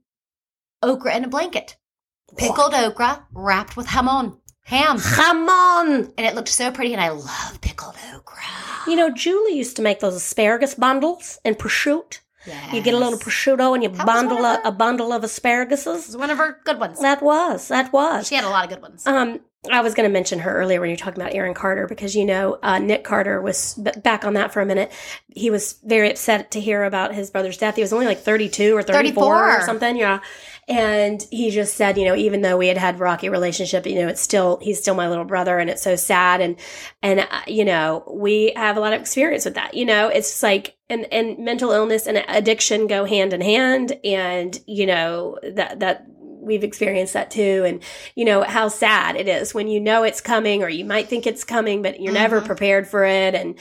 [SPEAKER 2] okra in a blanket, pickled okra wrapped with hamon, ham,
[SPEAKER 3] Come on.
[SPEAKER 2] and it looked so pretty. And I love pickled okra.
[SPEAKER 3] You know, Julie used to make those asparagus bundles and prosciutto.
[SPEAKER 2] Yes.
[SPEAKER 3] You get a little prosciutto and you
[SPEAKER 2] That was
[SPEAKER 3] bundle
[SPEAKER 2] one of
[SPEAKER 3] a,
[SPEAKER 2] her-
[SPEAKER 3] a bundle of
[SPEAKER 2] This
[SPEAKER 3] asparaguses.
[SPEAKER 2] is one of her good ones.
[SPEAKER 3] That was that was.
[SPEAKER 2] She had a lot of good ones.
[SPEAKER 3] Um, I was going to mention her earlier when you're talking about Aaron Carter because you know uh, Nick Carter was b- back on that for a minute. He was very upset to hear about his brother's death. He was only like 32 or 34, or
[SPEAKER 2] 34.
[SPEAKER 3] something, yeah. And he just said, you know, even though we had had rocky relationship, you know, it's still he's still my little brother, and it's so sad. And and uh, you know, we have a lot of experience with that. You know, it's just like and and mental illness and addiction go hand in hand, and you know that that we've experienced that too. And you know how sad it is when you know it's coming, or you might think it's coming, but you're never
[SPEAKER 2] Mhm.
[SPEAKER 3] prepared for it. And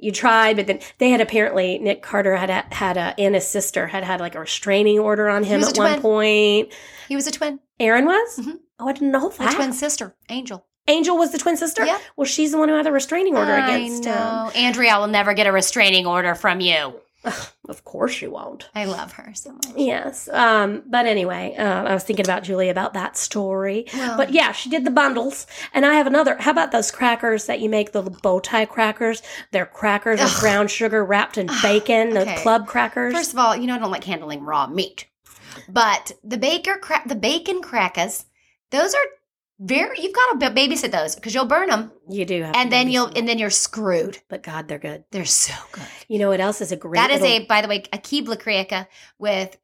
[SPEAKER 3] you tried, but then they had apparently Nick Carter had had a, and his sister had had like a restraining order on him
[SPEAKER 2] was
[SPEAKER 3] at
[SPEAKER 2] a
[SPEAKER 3] one
[SPEAKER 2] twin.
[SPEAKER 3] point.
[SPEAKER 2] He was a twin,
[SPEAKER 3] Aaron was.
[SPEAKER 2] Mhm.
[SPEAKER 3] Oh, I didn't know
[SPEAKER 2] a
[SPEAKER 3] that.
[SPEAKER 2] twin sister, Angel.
[SPEAKER 3] Angel was the twin sister.
[SPEAKER 2] Yeah.
[SPEAKER 3] Well, she's the one who had the restraining order
[SPEAKER 2] I
[SPEAKER 3] against him.
[SPEAKER 2] know. Andrea will never get a restraining order from you.
[SPEAKER 3] Ugh, of course, you won't.
[SPEAKER 2] I love her so much.
[SPEAKER 3] Yes. Um, but anyway, uh, I was thinking about Julie about that story.
[SPEAKER 2] Well,
[SPEAKER 3] But yeah, she did the bundles. And I have another. How about those crackers that you make, the bow tie crackers? They're crackers with
[SPEAKER 2] Ugh.
[SPEAKER 3] brown sugar wrapped in bacon,
[SPEAKER 2] Okay.
[SPEAKER 3] the club crackers.
[SPEAKER 2] First of all, you know I don't like handling raw meat, but the baker cra- the bacon crackers, those are very. You've got to b- babysit those because you'll burn them,
[SPEAKER 3] you do have
[SPEAKER 2] and
[SPEAKER 3] to
[SPEAKER 2] then
[SPEAKER 3] babysit
[SPEAKER 2] you'll
[SPEAKER 3] them.
[SPEAKER 2] and then you're screwed.
[SPEAKER 3] But God, they're good.
[SPEAKER 2] They're so good.
[SPEAKER 3] You know what else is a great
[SPEAKER 2] that is
[SPEAKER 3] little
[SPEAKER 2] a, by the way, a Keebler cracker with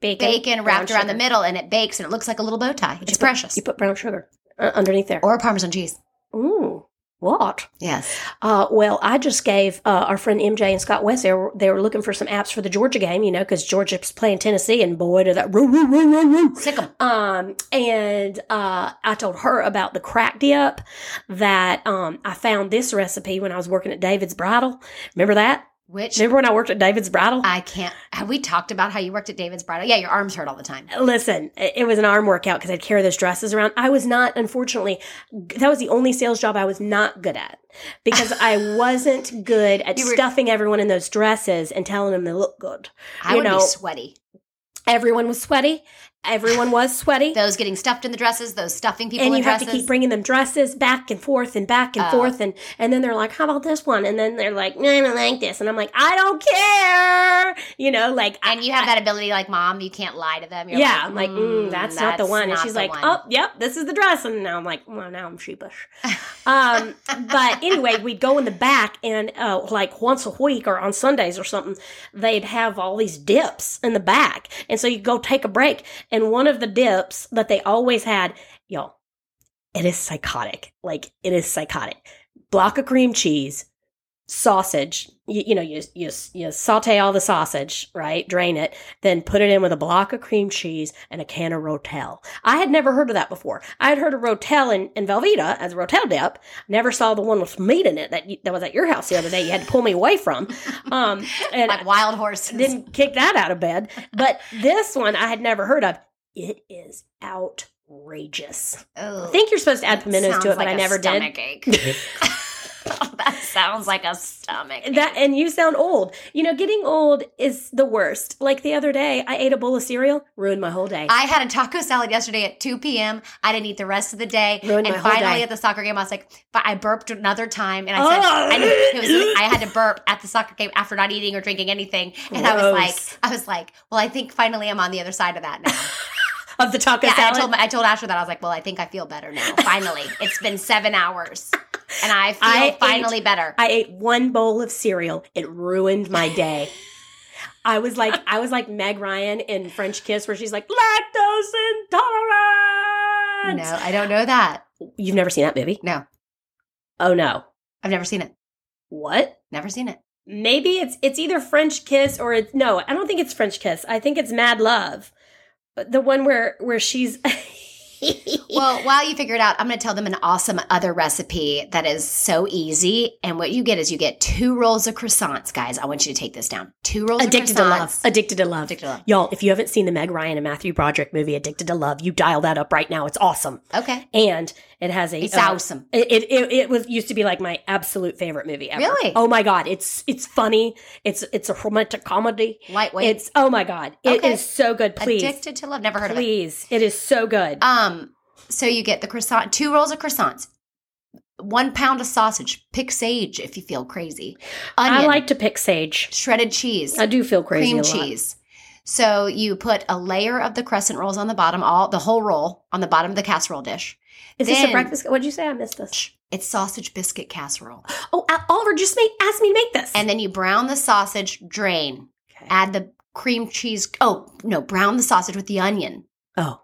[SPEAKER 3] bacon,
[SPEAKER 2] bacon
[SPEAKER 3] brown
[SPEAKER 2] wrapped around the
[SPEAKER 3] sugar.
[SPEAKER 2] middle, and it bakes, and it looks like a little bow tie. It's
[SPEAKER 3] you put-
[SPEAKER 2] precious.
[SPEAKER 3] You put brown sugar uh, underneath there.
[SPEAKER 2] or Parmesan cheese.
[SPEAKER 3] Ooh, what?
[SPEAKER 2] Yes.
[SPEAKER 3] Uh, well, I just gave uh, our friend MJ and Scott West. They were, they were looking for some apps for the Georgia game, you know, because Georgia's playing Tennessee, and boy, did that roo roo roo roo roo.
[SPEAKER 2] Sick 'em.
[SPEAKER 3] Um, and uh, I told her about the crack dip that um, I found this recipe when I was working at David's Bridal. Remember that?
[SPEAKER 2] Which
[SPEAKER 3] Remember when I worked at David's Bridal?
[SPEAKER 2] I can't. Have we talked about how you worked at David's Bridal? Yeah, your arms hurt all the time.
[SPEAKER 3] Listen, it it was an arm workout because I'd carry those dresses around. I was not, unfortunately, g- that was the only sales job I was not good at because I wasn't good at
[SPEAKER 2] You were-
[SPEAKER 3] stuffing everyone in those dresses and telling them they look good.
[SPEAKER 2] I
[SPEAKER 3] You
[SPEAKER 2] would
[SPEAKER 3] know-
[SPEAKER 2] be sweaty.
[SPEAKER 3] Everyone was sweaty. Everyone was sweaty.
[SPEAKER 2] Those getting stuffed in the dresses, those stuffing people
[SPEAKER 3] and
[SPEAKER 2] in
[SPEAKER 3] you have
[SPEAKER 2] dresses.
[SPEAKER 3] to keep bringing them dresses back and forth and back and
[SPEAKER 2] Oh.
[SPEAKER 3] forth and and then they're like how about this one and then they're like no, i don't like this and i'm like i don't care you know like I-
[SPEAKER 2] and you have that ability, like mom, you can't lie to them. You're
[SPEAKER 3] yeah,
[SPEAKER 2] like,
[SPEAKER 3] I'm like, mm, that's, not the
[SPEAKER 2] that's
[SPEAKER 3] one. And
[SPEAKER 2] not
[SPEAKER 3] she's
[SPEAKER 2] the
[SPEAKER 3] like,
[SPEAKER 2] one."
[SPEAKER 3] oh, yep, this is the dress. And now I'm like, well, now I'm sheepish. um, but anyway, we'd go in the back and uh, like once a week or on Sundays or something, they'd have all these dips in the back. And so you go take a break. And one of the dips that they always had, y'all, it is psychotic. Like, it is psychotic. Block of cream cheese, sausage. You, you know, you, you you saute all the sausage, right? Drain it, then put it in with a block of cream cheese and a can of Rotel. I had never heard of that before. I had heard of Rotel and, and Velveeta as a Rotel dip. Never saw the one with meat in it that you, that was at your house the other day. You had to pull me away from. Um, and
[SPEAKER 2] like wild horses.
[SPEAKER 3] didn't kick that out of bed. But this one I had never heard of. It is outrageous. I
[SPEAKER 2] Ugh.
[SPEAKER 3] think you're supposed to add
[SPEAKER 2] That
[SPEAKER 3] pimentos to it,
[SPEAKER 2] sounds
[SPEAKER 3] but
[SPEAKER 2] like
[SPEAKER 3] I
[SPEAKER 2] a
[SPEAKER 3] never did.
[SPEAKER 2] stomach ache. that sounds like a stomach. ache.
[SPEAKER 3] That and you sound old. You know, getting old is the worst. Like the other day, I ate a bowl of cereal, ruined my whole day.
[SPEAKER 2] I had a taco salad yesterday at 2 p.m. I didn't eat the rest of the day.
[SPEAKER 3] Ruined
[SPEAKER 2] and
[SPEAKER 3] my whole
[SPEAKER 2] finally
[SPEAKER 3] day.
[SPEAKER 2] at the soccer game, I was like, but I burped another time. And I said,
[SPEAKER 3] Oh.
[SPEAKER 2] I, knew it was something- I had to burp at the soccer game after not eating or drinking anything. And I was
[SPEAKER 3] Gross.
[SPEAKER 2] like, I was like, well, I think finally I'm on the other side of that now.
[SPEAKER 3] of the taco
[SPEAKER 2] yeah, and
[SPEAKER 3] salad.
[SPEAKER 2] I told, my- I told Asher that. I was like, well, I think I feel better now. Finally. it's been seven hours. And I feel
[SPEAKER 3] I ate-
[SPEAKER 2] finally better.
[SPEAKER 3] I ate one bowl of cereal. It ruined my day. I was like, I was like Meg Ryan in French Kiss, where she's like lactose intolerant.
[SPEAKER 2] no, I don't know that.
[SPEAKER 3] You've never seen that movie?
[SPEAKER 2] No.
[SPEAKER 3] Oh no.
[SPEAKER 2] I've never seen it.
[SPEAKER 3] What?
[SPEAKER 2] Never seen it.
[SPEAKER 3] maybe it's it's either French Kiss or it's no, I don't think it's French Kiss. I think it's Mad Love, But the one where where she's
[SPEAKER 2] Well, while you figure it out, I'm going to tell them an awesome other recipe that is so easy. And what you get is you get two rolls of croissants, guys. I want you to take this down. Two rolls
[SPEAKER 3] addicted
[SPEAKER 2] of
[SPEAKER 3] to
[SPEAKER 2] croissants.
[SPEAKER 3] love, addicted to love,
[SPEAKER 2] Addicted to love.
[SPEAKER 3] Y'all, if you haven't seen the Meg Ryan and Matthew Broderick movie Addicted to Love, you dial that up right now. It's awesome,
[SPEAKER 2] Okay.
[SPEAKER 3] and it has a
[SPEAKER 2] It's
[SPEAKER 3] uh,
[SPEAKER 2] awesome.
[SPEAKER 3] It, it it it was used to be like my absolute favorite movie ever.
[SPEAKER 2] Really?
[SPEAKER 3] Oh my god, it's it's funny. It's it's a romantic comedy.
[SPEAKER 2] Lightweight.
[SPEAKER 3] It's oh my god, it is
[SPEAKER 2] Okay.
[SPEAKER 3] so good. Please,
[SPEAKER 2] Addicted to love. Never heard of it.
[SPEAKER 3] please, it is so good.
[SPEAKER 2] Um, so you get the croissant, two rolls of croissants, one pound of sausage, pick sage if you feel crazy, onion,
[SPEAKER 3] I like to pick sage.
[SPEAKER 2] shredded cheese,
[SPEAKER 3] I do feel crazy.
[SPEAKER 2] cream
[SPEAKER 3] a lot.
[SPEAKER 2] cheese. So you put a layer of the crescent rolls on the bottom, all the whole roll on the bottom of the casserole dish.
[SPEAKER 3] Is this
[SPEAKER 2] Then-
[SPEAKER 3] a breakfast? What would you say? I missed this.
[SPEAKER 2] It's sausage biscuit casserole.
[SPEAKER 3] Oh,
[SPEAKER 2] uh,
[SPEAKER 3] Al- Oliver just made asked me to make this.
[SPEAKER 2] And then you brown the sausage, drain,
[SPEAKER 3] Okay.
[SPEAKER 2] add the cream cheese. Oh, no, brown the sausage with the onion.
[SPEAKER 3] oh,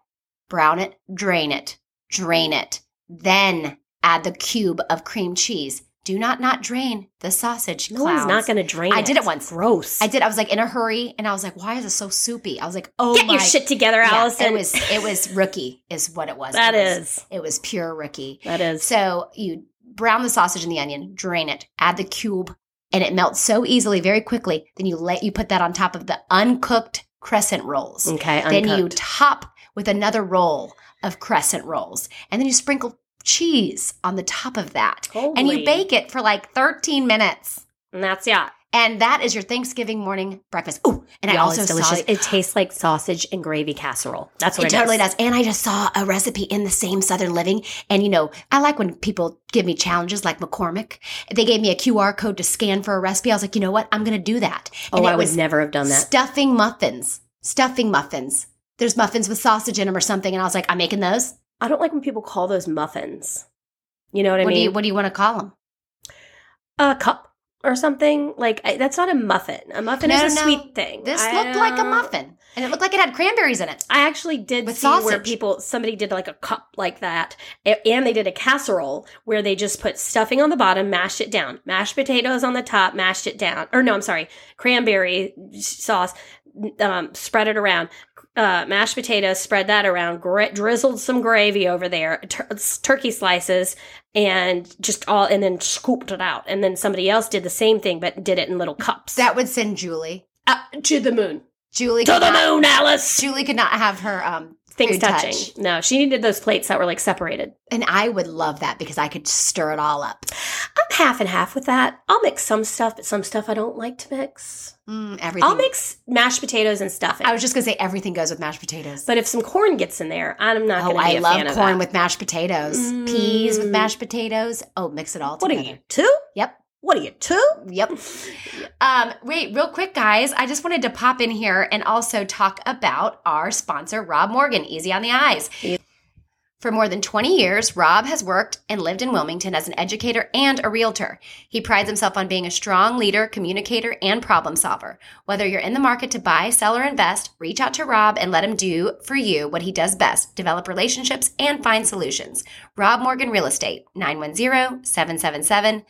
[SPEAKER 2] Brown it, drain it, drain it. Then add the cube of cream cheese. do not not drain the sausage
[SPEAKER 3] No
[SPEAKER 2] clouds.
[SPEAKER 3] one's not going to drain.
[SPEAKER 2] I did it once.
[SPEAKER 3] Gross.
[SPEAKER 2] I did. I was like in a hurry, and I was like, "Why is it so soupy?" I was like, "Oh
[SPEAKER 3] Get
[SPEAKER 2] my
[SPEAKER 3] your shit together,
[SPEAKER 2] Yeah,
[SPEAKER 3] Allison.
[SPEAKER 2] it was it was rookie is what it was.
[SPEAKER 3] That
[SPEAKER 2] it was,
[SPEAKER 3] is.
[SPEAKER 2] it was pure rookie.
[SPEAKER 3] That is.
[SPEAKER 2] So you brown the sausage and the onion, drain it, add the cube, and it melts so easily, very quickly. Then you let you put that on top of the uncooked crescent rolls.
[SPEAKER 3] okay.
[SPEAKER 2] Then you
[SPEAKER 3] uncooked.
[SPEAKER 2] top with another roll of crescent rolls, and then you sprinkle cheese on the top of that, and
[SPEAKER 3] Holy.
[SPEAKER 2] you bake it for like 13 minutes.
[SPEAKER 3] And that's yeah.
[SPEAKER 2] And that is your Thanksgiving morning breakfast. Ooh, and I
[SPEAKER 3] Y'all,
[SPEAKER 2] also
[SPEAKER 3] it's
[SPEAKER 2] saw
[SPEAKER 3] delicious. It tastes like sausage and gravy casserole. That's what
[SPEAKER 2] It
[SPEAKER 3] it,
[SPEAKER 2] totally
[SPEAKER 3] is.
[SPEAKER 2] does. And I just saw a recipe in the same Southern Living. And, you know, I like when people give me challenges like McCormick. They gave me a QR code to scan for a recipe. I was like, you know what? I'm going to do that.
[SPEAKER 3] Oh,
[SPEAKER 2] and
[SPEAKER 3] I would never have done that.
[SPEAKER 2] stuffing muffins, stuffing muffins. There's muffins with sausage in them or something. And I was like, I'm making those.
[SPEAKER 3] I don't like when people call those muffins. You know what, I
[SPEAKER 2] what, do
[SPEAKER 3] mean?
[SPEAKER 2] you, what do you want to call them?
[SPEAKER 3] a cup or something. Like I, that's not a muffin. A muffin
[SPEAKER 2] No,
[SPEAKER 3] is a
[SPEAKER 2] no.
[SPEAKER 3] sweet thing.
[SPEAKER 2] This
[SPEAKER 3] I uh,
[SPEAKER 2] looked like a
[SPEAKER 3] don't-
[SPEAKER 2] muffin. And it looked like it had cranberries in it.
[SPEAKER 3] I actually did
[SPEAKER 2] With
[SPEAKER 3] see where
[SPEAKER 2] sausage.
[SPEAKER 3] people somebody did like a cup like that, a- and they did a casserole where they just put stuffing on the bottom, mashed it down, mashed potatoes on the top, mashed it down. Or no, I'm sorry, cranberry sauce, um, spread it around. Uh, mashed potatoes, spread that around, gri- drizzled some gravy over there, tur- turkey slices, and just all, and then scooped it out. And then somebody else did the same thing, but did it in little cups.
[SPEAKER 2] That would send Julie.
[SPEAKER 3] Uh, to the moon.
[SPEAKER 2] Julie
[SPEAKER 3] To
[SPEAKER 2] could
[SPEAKER 3] the
[SPEAKER 2] not,
[SPEAKER 3] moon, Alice!
[SPEAKER 2] Julie could not have her um,
[SPEAKER 3] things
[SPEAKER 2] Food
[SPEAKER 3] touching.
[SPEAKER 2] touch.
[SPEAKER 3] No, she needed those plates that were like separated.
[SPEAKER 2] and I would love that because I could stir it all up.
[SPEAKER 3] I'm half and half with that. I'll mix some stuff, but some stuff I don't like to mix.
[SPEAKER 2] Mm, everything.
[SPEAKER 3] I'll mix mashed potatoes and stuffing.
[SPEAKER 2] I was just gonna say everything goes with mashed potatoes.
[SPEAKER 3] but if some corn gets in there, I'm not
[SPEAKER 2] oh,
[SPEAKER 3] going to be
[SPEAKER 2] I
[SPEAKER 3] a fan
[SPEAKER 2] love
[SPEAKER 3] of
[SPEAKER 2] corn
[SPEAKER 3] that.
[SPEAKER 2] with mashed potatoes, peas with
[SPEAKER 3] Mm.
[SPEAKER 2] mashed potatoes. Oh, mix it all
[SPEAKER 3] What are
[SPEAKER 2] together.
[SPEAKER 3] you two?
[SPEAKER 2] Yep.
[SPEAKER 3] What are you two?
[SPEAKER 2] Yep. Um, wait, real quick, guys. I just wanted to pop in here and also talk about our sponsor, Rob Morgan, Easy on the Eyes.
[SPEAKER 3] Yeah.
[SPEAKER 2] For more than 20 years, Rob has worked and lived in Wilmington as an educator and a realtor. He prides himself on being a strong leader, communicator, and problem solver. Whether you're in the market to buy, sell, or invest, reach out to Rob and let him do for you what he does best develop relationships and find solutions. Rob Morgan Real Estate, 910 777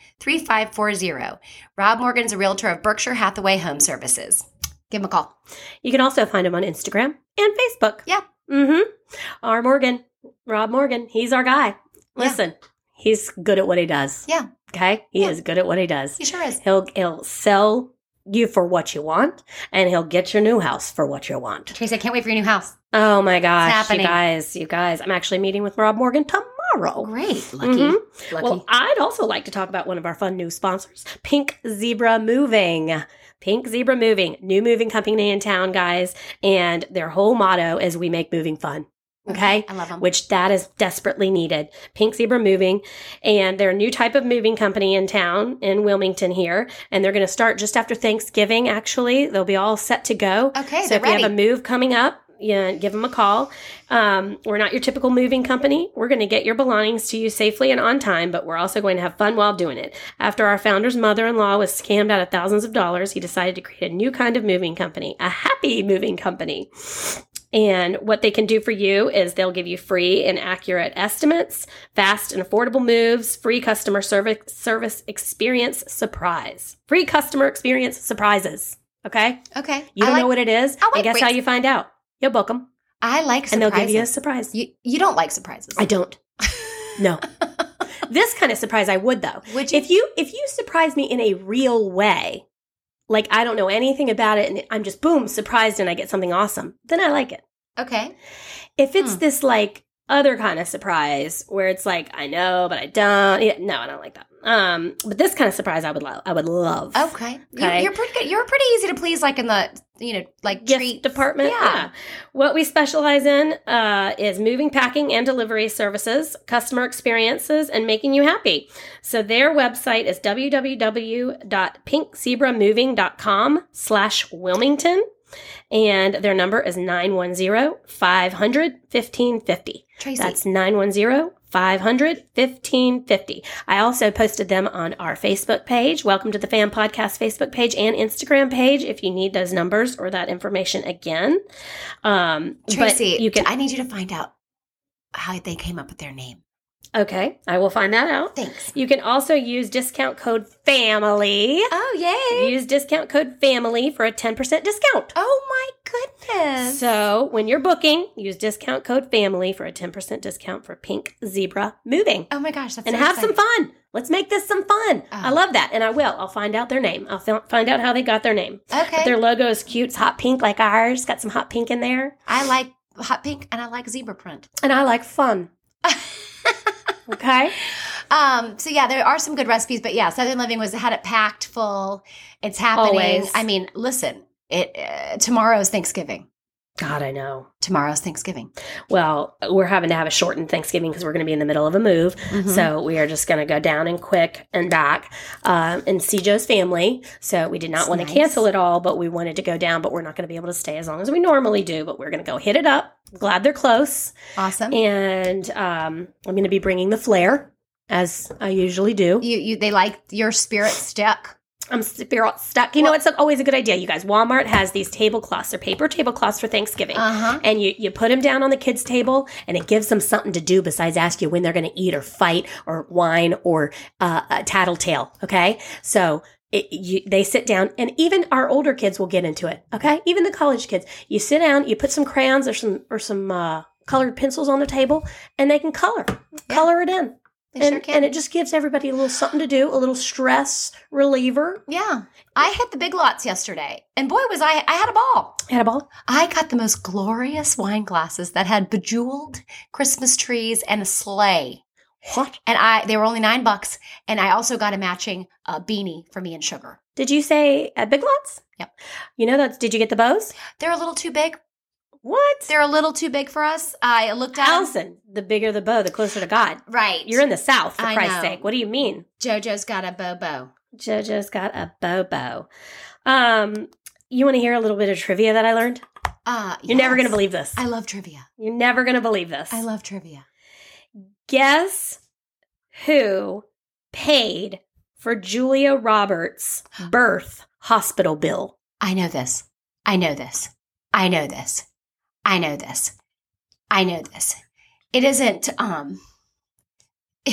[SPEAKER 2] 3540. Rob Morgan's a realtor of Berkshire Hathaway Home Services. Give him a call.
[SPEAKER 3] You can also find him on Instagram and Facebook.
[SPEAKER 2] Yeah.
[SPEAKER 3] Mm-hmm. R. Morgan, Rob Morgan, he's our guy. Listen, he's good at what he does.
[SPEAKER 2] Yeah.
[SPEAKER 3] Okay? He
[SPEAKER 2] Yeah.
[SPEAKER 3] is good at what he does.
[SPEAKER 2] He sure is.
[SPEAKER 3] He'll he'll sell you for what you want, and he'll get your new house for what you want.
[SPEAKER 2] Tracy, I can't wait for your new house.
[SPEAKER 3] Oh my gosh, you
[SPEAKER 2] happening.
[SPEAKER 3] guys, you guys! I'm actually meeting with Rob Morgan tomorrow.
[SPEAKER 2] Oh, Great.
[SPEAKER 3] Mhm.
[SPEAKER 1] mm-hmm.
[SPEAKER 2] Lucky.
[SPEAKER 3] Well, I'd also like to talk about one of our fun new sponsors, Pink Zebra Moving. Pink Zebra Moving, new moving company in town, guys, and their whole motto is "We make moving fun."
[SPEAKER 2] Mm-hmm.
[SPEAKER 3] Okay,
[SPEAKER 2] I love him.
[SPEAKER 3] which that is desperately needed. Pink Zebra Moving, and they're a new type of moving company in town in Wilmington here, and they're going to start just after Thanksgiving. Actually, they'll be all set to go.
[SPEAKER 2] Okay,
[SPEAKER 3] so
[SPEAKER 2] they're
[SPEAKER 3] if you have
[SPEAKER 2] ready.
[SPEAKER 3] a move coming up. Yeah, give them a call. Um, we're not your typical moving company. We're going to get your belongings to you safely and on time, but we're also going to have fun while doing it. After our founder's mother in law was scammed out of thousands of dollars, he decided to create a new kind of moving company, a happy moving company. And what they can do for you is they'll give you free and accurate estimates, fast and affordable moves, free customer service service experience surprise. Free customer experience surprises. Okay?
[SPEAKER 2] okay.
[SPEAKER 3] You
[SPEAKER 2] I
[SPEAKER 3] don't
[SPEAKER 2] like,
[SPEAKER 3] know what it is?
[SPEAKER 2] I like
[SPEAKER 3] and guess how
[SPEAKER 2] breaks.
[SPEAKER 3] you find out? You'll book them
[SPEAKER 2] I like surprises.
[SPEAKER 3] and they'll give you a surprise.
[SPEAKER 2] you, you don't like surprises.
[SPEAKER 3] I don't. No. this kind of surprise I would though.
[SPEAKER 2] Would you?
[SPEAKER 3] If you if you surprise me in a real way, like I don't know anything about it and I'm just boom surprised and I get something awesome, then I like it.
[SPEAKER 2] okay.
[SPEAKER 3] If it's
[SPEAKER 2] Hmm.
[SPEAKER 3] this like other kind of surprise where it's like I know but I don't, yeah, no, I don't like that. Um, but this kind of surprise I would love. I would love.
[SPEAKER 2] Okay. You,
[SPEAKER 3] Okay.
[SPEAKER 2] you're pretty good. You're pretty easy to please, like in the, you know, like
[SPEAKER 3] Gift
[SPEAKER 2] treat.
[SPEAKER 3] department.
[SPEAKER 2] Yeah.
[SPEAKER 3] What we specialize in uh, is moving, packing, and delivery services, customer experiences, and making you happy. So their website is www.pinkzebramoving.com slash Wilmington. And their number is 910 500 1550.
[SPEAKER 2] Tracy.
[SPEAKER 3] That's 910 500 1550. I also posted them on our Facebook page, Welcome to the Fan Podcast Facebook page and Instagram page if you need those numbers or that information again. Um, but
[SPEAKER 2] Tracy,
[SPEAKER 3] you can.
[SPEAKER 2] I need you to find out how they came up with their name.
[SPEAKER 3] Okay, I will find that out.
[SPEAKER 2] Thanks.
[SPEAKER 3] You can also use discount code FAMILY.
[SPEAKER 2] Oh, yay.
[SPEAKER 3] Use discount code FAMILY for a 10% discount.
[SPEAKER 2] Oh, my goodness.
[SPEAKER 3] So, when you're booking, use discount code FAMILY for a 10% discount for Pink Zebra Moving.
[SPEAKER 2] oh, my gosh. That's
[SPEAKER 3] and
[SPEAKER 2] so
[SPEAKER 3] have
[SPEAKER 2] exciting.
[SPEAKER 3] some fun. Let's make this some fun. I
[SPEAKER 2] Oh.
[SPEAKER 3] love that. And I will. I'll find out their name. I'll fi- find out how they got their name. But
[SPEAKER 2] Okay.
[SPEAKER 3] their logo is cute. It's hot pink like ours. Got some hot pink in there.
[SPEAKER 2] I like hot pink and I like zebra print.
[SPEAKER 3] And I like fun. okay.
[SPEAKER 2] Um, so yeah, there are some good recipes, but yeah, Southern Living was had it packed full. It's happening.
[SPEAKER 3] Always.
[SPEAKER 2] I mean, listen, it uh, tomorrow's Thanksgiving.
[SPEAKER 3] God, I know.
[SPEAKER 2] Tomorrow's Thanksgiving.
[SPEAKER 3] Well, we're having to have a shortened Thanksgiving because we're going to be in the middle of a move.
[SPEAKER 2] Mm-hmm.
[SPEAKER 3] So we are just going to go down and quick and back um, and see Joe's family. So we did not
[SPEAKER 2] That's
[SPEAKER 3] want
[SPEAKER 2] nice.
[SPEAKER 3] to cancel it all, but we wanted to go down, but we're not going to be able to stay as long as we normally do. But we're going to go hit it up. Glad they're close.
[SPEAKER 2] awesome.
[SPEAKER 3] And um, I'm going to be bringing the flare as I usually do.
[SPEAKER 2] you you they like your spirit stuck.
[SPEAKER 3] I'm spirit stuck. You know,
[SPEAKER 2] Well-
[SPEAKER 3] it's always a good idea, you guys. Walmart has these tablecloths. They're paper tablecloths for Thanksgiving.
[SPEAKER 2] Uh-huh.
[SPEAKER 3] And you, you put them down on the kids' table, and it gives them something to do besides ask you when they're going to eat or fight or wine or uh, a tattletale. Okay. So it, you, they sit down, and even our older kids will get into it. Okay. Even the college kids. You sit down, you put some crayons or some, or some, uh, colored pencils on the table and they can color color it in
[SPEAKER 2] They
[SPEAKER 3] and,
[SPEAKER 2] sure can.
[SPEAKER 3] and it just gives everybody a little something to do a little stress reliever
[SPEAKER 2] yeah. I hit the big lots yesterday. And boy was I I had a ball.
[SPEAKER 3] Had a ball?
[SPEAKER 2] I got the most glorious wine glasses that had bejeweled Christmas trees and a sleigh.
[SPEAKER 3] What?
[SPEAKER 2] And I they were only 9 bucks and I also got a matching uh, beanie for me and sugar.
[SPEAKER 3] Did you say at Big Lots?
[SPEAKER 2] Yep.
[SPEAKER 3] You know that's. Did you get the bows?
[SPEAKER 2] They're a little too big.
[SPEAKER 3] What?
[SPEAKER 2] They're a little too big for us. I looked at 'em.
[SPEAKER 3] Allison, the bigger the bow, the closer to God.
[SPEAKER 2] Right.
[SPEAKER 3] You're in the South, for
[SPEAKER 2] I
[SPEAKER 3] Christ's
[SPEAKER 2] know.
[SPEAKER 3] sake. What do you mean?
[SPEAKER 2] JoJo's got a bobo.
[SPEAKER 3] JoJo's got a bow bow. Um, you want to hear a little bit of trivia that I learned?
[SPEAKER 2] Uh,
[SPEAKER 3] You're never
[SPEAKER 2] yes.
[SPEAKER 3] gonna believe this.
[SPEAKER 2] I love trivia.
[SPEAKER 3] You're never gonna believe this.
[SPEAKER 2] I love trivia.
[SPEAKER 3] Guess who paid for Julia Roberts' birth hospital bill?
[SPEAKER 2] I know this. I know this. I know this. I know this. I know this. It isn't um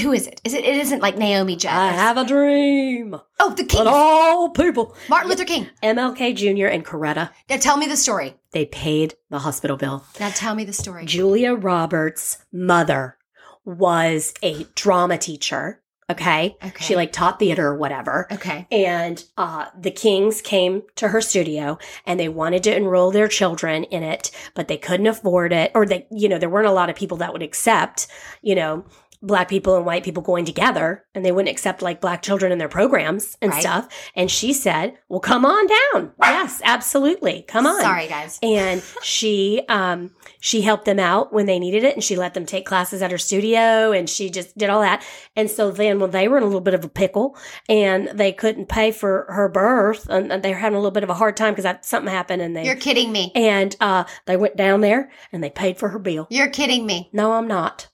[SPEAKER 2] who is it? Is it it isn't like Naomi Judd.
[SPEAKER 3] I have a dream
[SPEAKER 2] oh, the king.
[SPEAKER 3] that all people,
[SPEAKER 2] Martin Luther King.
[SPEAKER 3] MLK Jr. and Coretta
[SPEAKER 2] Now tell me the story.
[SPEAKER 3] they paid the hospital bill.
[SPEAKER 2] Now tell me the story.
[SPEAKER 3] Julia Roberts' mother was a drama teacher. Okay.
[SPEAKER 2] Okay.
[SPEAKER 3] She like taught theater or whatever.
[SPEAKER 2] Okay.
[SPEAKER 3] And uh, the Kings came to her studio and they wanted to enroll their children in it, but they couldn't afford it. Or they, you know, there weren't a lot of people that would accept, you know, black people and white people going together and they wouldn't accept like black children in their programs and
[SPEAKER 2] Right.
[SPEAKER 3] stuff. And she said, well, come on down. Yes, absolutely. Come on
[SPEAKER 2] Sorry guys.
[SPEAKER 3] and she um she helped them out when they needed it and she let them take classes at her studio and she just did all that and so then when they were in a little bit of a pickle and they couldn't pay for her birth and, and they were having a little bit of a hard time because something happened and they
[SPEAKER 2] You're kidding me.
[SPEAKER 3] and uh they went down there and they paid for her bill
[SPEAKER 2] You're kidding me.
[SPEAKER 3] no i'm not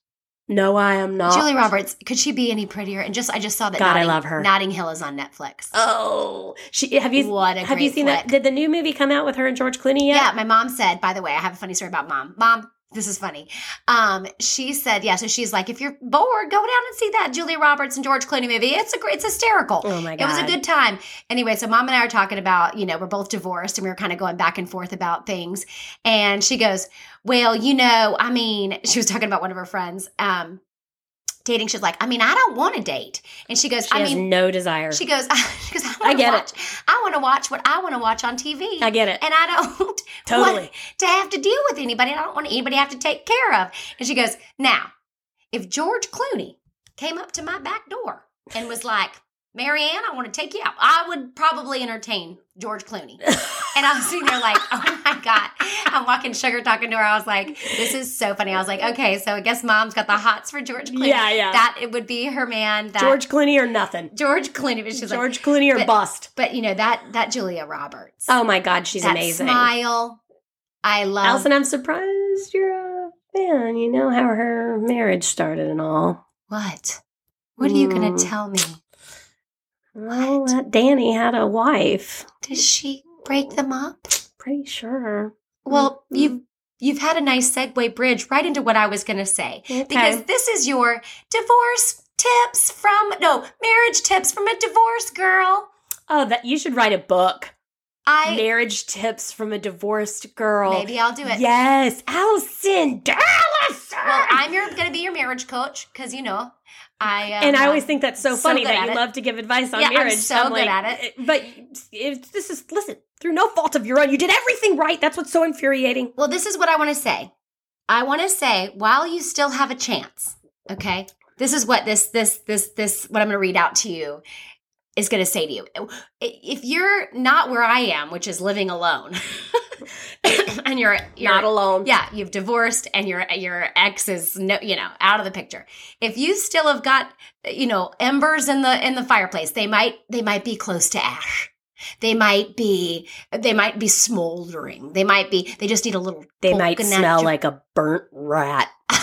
[SPEAKER 3] no i am not
[SPEAKER 2] Julie Roberts, could she be any prettier? And just I just saw that
[SPEAKER 3] God, I
[SPEAKER 2] Notting,
[SPEAKER 3] love her.
[SPEAKER 2] Notting Hill is on Netflix.
[SPEAKER 3] oh she have you
[SPEAKER 2] what a
[SPEAKER 3] have
[SPEAKER 2] great
[SPEAKER 3] you seen
[SPEAKER 2] flick.
[SPEAKER 3] that did the new movie come out with her and george clooney yet
[SPEAKER 2] Yeah, my mom said, by the way, I have a funny story about mom. Mom, this is funny. Um, she said, yeah, so she's like, if you're bored, go down and see that Julia Roberts and George Clooney movie. It's a great, it's hysterical.
[SPEAKER 3] oh my god
[SPEAKER 2] It was a good time. Anyway, so mom and I are talking about, you know, we're both divorced and we were kind of going back and forth about things. And she goes, Well, you know, I mean, she was talking about one of her friends, um, dating. She's like, I mean, I don't want to date. And she goes,
[SPEAKER 3] she
[SPEAKER 2] I
[SPEAKER 3] has
[SPEAKER 2] mean,
[SPEAKER 3] no desire
[SPEAKER 2] she goes, she goes, I,
[SPEAKER 3] I
[SPEAKER 2] want to
[SPEAKER 3] get it.
[SPEAKER 2] watch, I want to watch what I want to watch on TV.
[SPEAKER 3] i get it
[SPEAKER 2] and I don't
[SPEAKER 3] totally
[SPEAKER 2] want to have to deal with anybody. and I don't want anybody to have to take care of. And she goes, Now, if George Clooney came up to my back door and was like, Marianne, I want to take you out, I would probably entertain George Clooney. And I was sitting there like, Oh my God. I'm walking sugar talking to her. I was like, This is so funny. I was like, Okay, so I guess mom's got the hots for George Clooney.
[SPEAKER 3] Yeah, yeah.
[SPEAKER 2] That it would be her man. That
[SPEAKER 3] George Clooney or nothing.
[SPEAKER 2] George Clooney. But she's like,
[SPEAKER 3] George Clooney or
[SPEAKER 2] but-
[SPEAKER 3] bust.
[SPEAKER 2] But you know, that, that Julia Roberts.
[SPEAKER 3] Oh my God, she's
[SPEAKER 2] that
[SPEAKER 3] amazing.
[SPEAKER 2] smile. I love
[SPEAKER 3] Allison, I'm surprised you're a fan. You know how her marriage started and all.
[SPEAKER 2] What? What are you going to
[SPEAKER 3] Mm.
[SPEAKER 2] tell me?
[SPEAKER 3] Well, that Danny had a wife.
[SPEAKER 2] Does she break them up?
[SPEAKER 3] Pretty sure.
[SPEAKER 2] Well,
[SPEAKER 3] Mm.
[SPEAKER 2] you You've had a nice segue bridge right into what I was going to say
[SPEAKER 3] Okay.
[SPEAKER 2] because this is your divorce tips from no marriage tips from a divorce girl.
[SPEAKER 3] oh, that you should write a book.
[SPEAKER 2] I
[SPEAKER 3] Marriage tips from a divorced girl.
[SPEAKER 2] maybe I'll do it.
[SPEAKER 3] Yes, Allison Dallas.
[SPEAKER 2] Well, I'm your going to be your marriage coach because you know I um,
[SPEAKER 3] and I always think that's so
[SPEAKER 2] so
[SPEAKER 3] funny
[SPEAKER 2] good
[SPEAKER 3] that
[SPEAKER 2] at
[SPEAKER 3] you
[SPEAKER 2] it.
[SPEAKER 3] love to give advice on
[SPEAKER 2] Yeah, I'm
[SPEAKER 3] marriage.
[SPEAKER 2] so good at
[SPEAKER 3] it. But if this is listen through no fault of your own, you did everything right. That's what's so infuriating.
[SPEAKER 2] Well, this is what I want to say. I want to say while you still have a chance, okay? This is what this this this this what I'm going to read out to you is going to say to you. If you're not where I am, which is living alone, and you're you're
[SPEAKER 3] Not alone.
[SPEAKER 2] yeah, you've divorced and your your ex is no, you know, out of the picture. If you still have got, you know, embers in the in the fireplace, they might they might be close to ash. They might be they might be smoldering. They might be they just need a little
[SPEAKER 3] They might
[SPEAKER 2] poking at
[SPEAKER 3] smell
[SPEAKER 2] you.
[SPEAKER 3] like a burnt rat,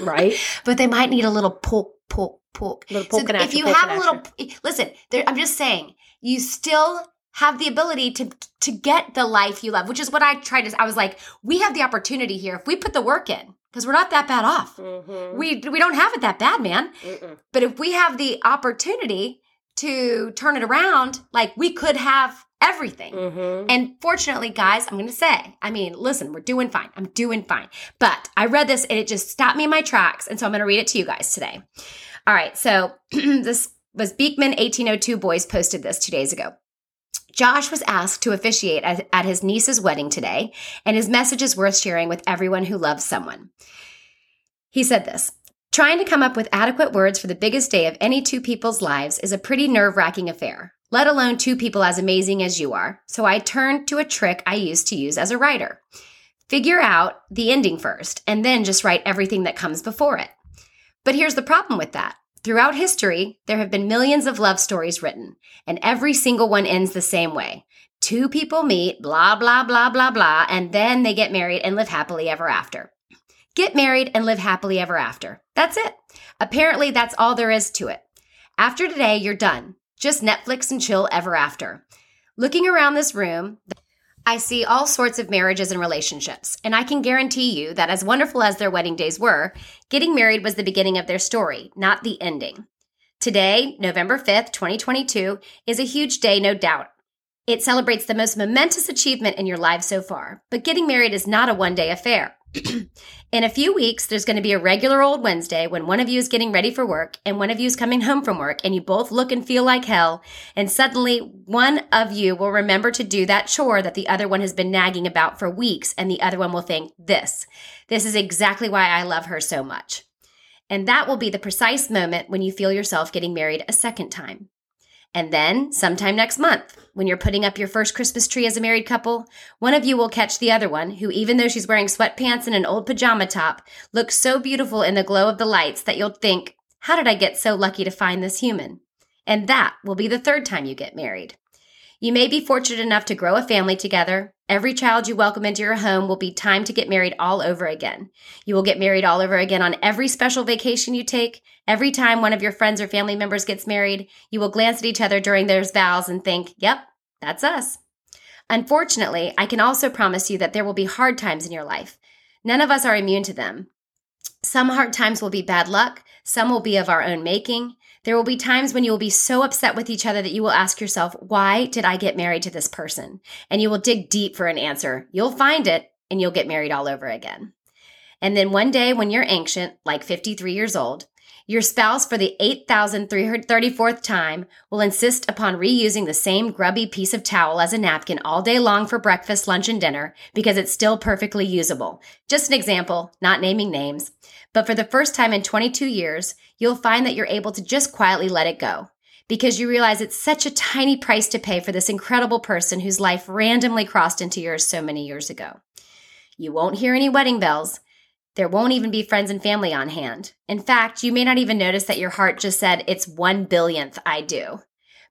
[SPEAKER 3] right?
[SPEAKER 2] but they might need a little poke poke poke.
[SPEAKER 3] little
[SPEAKER 2] So
[SPEAKER 3] poking at
[SPEAKER 2] if you
[SPEAKER 3] poking
[SPEAKER 2] have a
[SPEAKER 3] at
[SPEAKER 2] little listen, there, I'm just saying, you still have the ability to to get the life you love, which is what I tried to I was like, we have the opportunity here if we put the work in because we're not that bad off.
[SPEAKER 3] Mhm.
[SPEAKER 2] We we don't have it that bad, man.
[SPEAKER 3] Mm-mm.
[SPEAKER 2] But if we have the opportunity to turn it around, like we could have everything.
[SPEAKER 3] Mhm.
[SPEAKER 2] And fortunately, guys, I'm going to say, I mean, listen, we're doing fine. I'm doing fine. But I read this and it just stopped me in my tracks. And so I'm going to read it to you guys today. All right. So this was Beekman 1802 Boys posted this two days ago. Josh was asked to officiate at, at his niece's wedding today, and his message is worth sharing with everyone who loves someone. He said this Trying to come up with adequate words for the biggest day of any two people's lives is a pretty nerve wracking affair, let alone two people as amazing as you are. So I turned to a trick I used to use as a writer figure out the ending first, and then just write everything that comes before it. But here's the problem with that. Throughout history, there have been millions of love stories written, and every single one ends the same way. Two people meet, blah, blah, blah, blah, blah, and then they get married and live happily ever after. Get married and live happily ever after. That's it. Apparently, that's all there is to it. After today, you're done. Just Netflix and chill ever after. Looking around this room, I see all sorts of marriages and relationships, and I can guarantee you that as wonderful as their wedding days were, getting married was the beginning of their story, not the ending. Today, November 5th, 2022, is a huge day, no doubt. It celebrates the most momentous achievement in your life so far, but getting married is not a one day affair. in a few weeks, there's going to be a regular old Wednesday when one of you is getting ready for work and one of you is coming home from work, and you both look and feel like hell, and suddenly one of you will remember to do that chore that the other one has been nagging about for weeks, and the other one will think, This. This is exactly why I love her so much. And that will be the precise moment when you feel yourself getting married a second time. And then, sometime next month, when you're putting up your first Christmas tree as a married couple, one of you will catch the other one, who, even though she's wearing sweatpants and an old pajama top, looks so beautiful in the glow of the lights that you'll think, How did I get so lucky to find this human? And that will be the third time you get married. You may be fortunate enough to grow a family together. Every child you welcome into your home will be time to get married all over again. You will get married all over again on every special vacation you take. Every time one of your friends or family members gets married, you will glance at each other during those vows and think, yep, that's us. Unfortunately, I can also promise you that there will be hard times in your life. None of us are immune to them. Some hard times will be bad luck, some will be of our own making. There will be times when you will be so upset with each other that you will ask yourself, Why did I get married to this person? And you will dig deep for an answer. You'll find it and you'll get married all over again. And then one day when you're ancient, like 53 years old, your spouse for the 8,334th time will insist upon reusing the same grubby piece of towel as a napkin all day long for breakfast, lunch, and dinner because it's still perfectly usable. Just an example, not naming names. But for the first time in 22 years, you'll find that you're able to just quietly let it go because you realize it's such a tiny price to pay for this incredible person whose life randomly crossed into yours so many years ago. You won't hear any wedding bells. There won't even be friends and family on hand. In fact, you may not even notice that your heart just said, It's one billionth I do.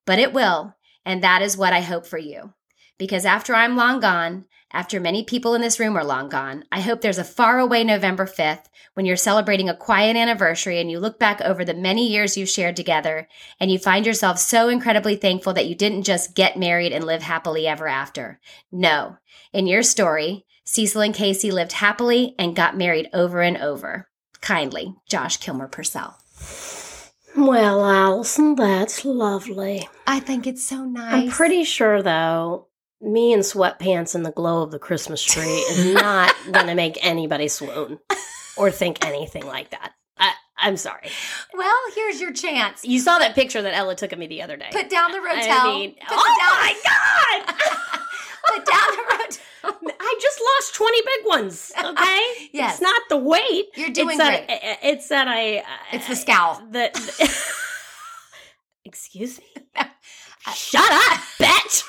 [SPEAKER 2] But it will, and that is what I hope for you. Because after I'm long gone, after many people in this room are long gone, I hope there's a faraway November 5th when you're celebrating a quiet anniversary and you look back over the many years you've shared together and you find yourself so incredibly thankful that you didn't just get married and live happily ever after. No, in your story, Cecil and Casey lived happily and got married over and over. Kindly, Josh Kilmer Purcell.
[SPEAKER 3] Well, Allison, that's lovely.
[SPEAKER 2] I think it's so nice.
[SPEAKER 3] I'm pretty sure, though, me in sweatpants in the glow of the Christmas tree is not going to make anybody swoon or think anything like that. I, I'm sorry.
[SPEAKER 2] Well, here's your chance.
[SPEAKER 3] You saw that picture that Ella took of me the other day.
[SPEAKER 2] Put down the rotel.
[SPEAKER 3] I mean,
[SPEAKER 2] Put the
[SPEAKER 3] oh
[SPEAKER 2] down-
[SPEAKER 3] my God!
[SPEAKER 2] Put down the rotel.
[SPEAKER 3] I just lost 20 big ones, okay?
[SPEAKER 2] Yes.
[SPEAKER 3] It's not the weight.
[SPEAKER 2] You're doing
[SPEAKER 3] it's that,
[SPEAKER 2] great.
[SPEAKER 3] It's that I. uh,
[SPEAKER 2] It's the scowl.
[SPEAKER 3] The, excuse me? Shut up, bitch!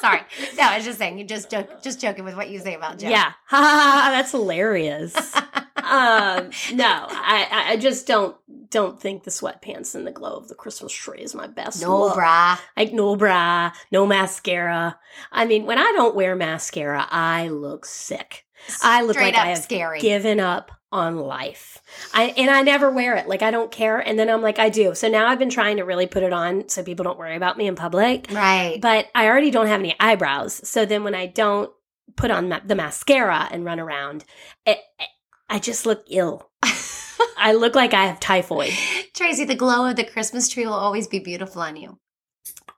[SPEAKER 2] Sorry. No, I was just saying. You just joke, just joking with what you say about Joe.
[SPEAKER 3] Yeah. Ha, ha, ha, ha, that's hilarious. um, no, I, I- I just don't don't think the sweatpants and the glow of the Christmas tree is my best.
[SPEAKER 2] No
[SPEAKER 3] look.
[SPEAKER 2] bra.
[SPEAKER 3] Like no bra, no mascara. I mean, when I don't wear mascara, I look sick. I look
[SPEAKER 2] Straight
[SPEAKER 3] like
[SPEAKER 2] up
[SPEAKER 3] I have
[SPEAKER 2] scary.
[SPEAKER 3] given up on life. I and I never wear it. Like I don't care. And then I'm like, I do. So now I've been trying to really put it on so people don't worry about me in public.
[SPEAKER 2] right.
[SPEAKER 3] But I already don't have any eyebrows. So then when I don't put on ma- the mascara and run around, it, it- I just look ill. I look like I have typhoid.
[SPEAKER 2] Tracy, the glow of the Christmas tree will always be beautiful on you.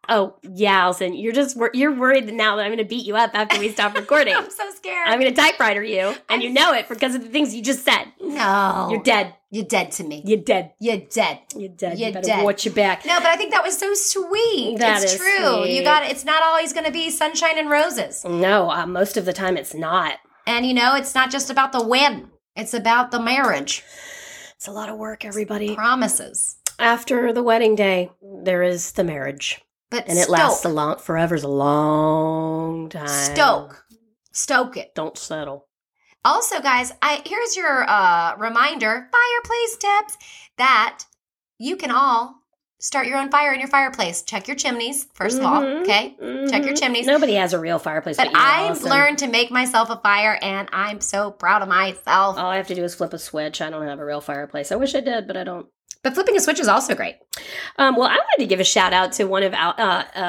[SPEAKER 3] Oh yeah, Alison, you're just wor- you're worried that now that I'm going to beat you up after we stop recording.
[SPEAKER 2] I'm so scared.
[SPEAKER 3] I'm going to typewriter you, and you know it because of the things you just said.
[SPEAKER 2] no.
[SPEAKER 3] You're dead.
[SPEAKER 2] You're dead to me.
[SPEAKER 3] You're dead.
[SPEAKER 2] You're dead.
[SPEAKER 3] You're dead.
[SPEAKER 2] You're
[SPEAKER 3] you better
[SPEAKER 2] dead.
[SPEAKER 3] watch your back.
[SPEAKER 2] No, but I think that was so sweet.
[SPEAKER 3] That
[SPEAKER 2] it's
[SPEAKER 3] is
[SPEAKER 2] true.
[SPEAKER 3] sweet.
[SPEAKER 2] You got it's not always going to be sunshine and roses.
[SPEAKER 3] No, uh, most of the time it's not.
[SPEAKER 2] And you know, it's not just about the win. It's about the marriage
[SPEAKER 3] It's a lot of work, everybody.
[SPEAKER 2] promises.
[SPEAKER 3] After the wedding day, there is the marriage.
[SPEAKER 2] But
[SPEAKER 3] And it
[SPEAKER 2] stoke,
[SPEAKER 3] lasts a long forever's a long time.
[SPEAKER 2] stoke, stoke it.
[SPEAKER 3] Don't settle.
[SPEAKER 2] Also, guys, I here's your uh, reminder: fireplace tips that you can all start your own fire in your fireplace. Check your chimneys 1st of all.
[SPEAKER 3] Mhm.
[SPEAKER 2] Okay, check your chimneys.
[SPEAKER 3] Nobody has a real fireplace.
[SPEAKER 2] But
[SPEAKER 3] but you,
[SPEAKER 2] I've
[SPEAKER 3] Allison.
[SPEAKER 2] learned to make myself a fire, and I'm so proud of myself.
[SPEAKER 3] All I have to do is flip a switch. I don't have a real fireplace. I wish I did, but I don't.
[SPEAKER 2] But flipping a switch is also great.
[SPEAKER 3] Um, well, I wanted to give a shout out to one of Al- uh, uh, uh,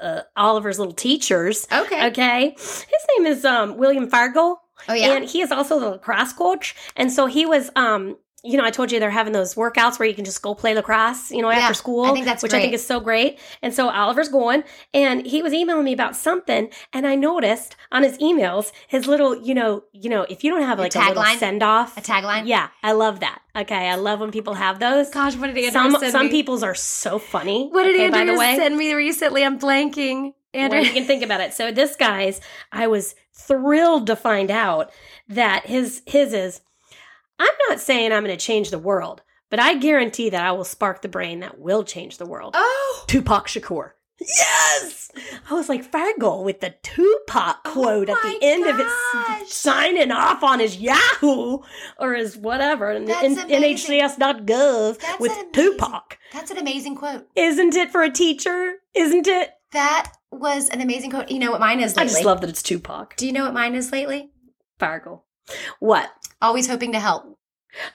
[SPEAKER 3] uh, uh, Oliver's little teachers.
[SPEAKER 2] Okay.
[SPEAKER 3] Okay, his name is um, William Fargo.
[SPEAKER 2] Oh yeah.
[SPEAKER 3] And he is also the lacrosse coach. And so he was, um, you know, I told you they're having those workouts where you can just go play lacrosse, you know,
[SPEAKER 2] Yeah,
[SPEAKER 3] after school,
[SPEAKER 2] I think that's
[SPEAKER 3] which I think
[SPEAKER 2] great.
[SPEAKER 3] is so great. And so Oliver's going, and he was emailing me about something, and I noticed on his emails his little, you know, you know, if you don't have
[SPEAKER 2] Your
[SPEAKER 3] like a little
[SPEAKER 2] tagline?
[SPEAKER 3] send off,
[SPEAKER 2] a tagline.
[SPEAKER 3] yeah, I love that. Okay, I love when people have those.
[SPEAKER 2] Gosh, what did
[SPEAKER 3] Some some people's are so funny.
[SPEAKER 2] What did
[SPEAKER 3] okay,
[SPEAKER 2] Andrew
[SPEAKER 3] by the way?
[SPEAKER 2] send me recently? I'm blanking. Andrew.
[SPEAKER 3] Well, you can think about it. So this guy's, I was thrilled to find out that his his is. I'm not saying I'm going to change the world, but I guarantee that I will spark the brain that will change the world.
[SPEAKER 2] Oh.
[SPEAKER 3] Tupac Shakur. Yes, I was like Fargo with the Tupac quote at
[SPEAKER 2] Oh my
[SPEAKER 3] the end of
[SPEAKER 2] gosh.
[SPEAKER 3] it, signing off on his Yahoo or his whatever, and
[SPEAKER 2] That's
[SPEAKER 3] N-
[SPEAKER 2] amazing.
[SPEAKER 3] NHCS.gov
[SPEAKER 2] That's
[SPEAKER 3] with
[SPEAKER 2] amazing.
[SPEAKER 3] Tupac.
[SPEAKER 2] That's an amazing quote.
[SPEAKER 3] Isn't it for a teacher? Isn't it?
[SPEAKER 2] That was an amazing quote. You know what mine is
[SPEAKER 3] I
[SPEAKER 2] lately?
[SPEAKER 3] just love that it's Tupac.
[SPEAKER 2] Do you know what mine is lately?
[SPEAKER 3] Fargo. What?
[SPEAKER 2] Always hoping to help.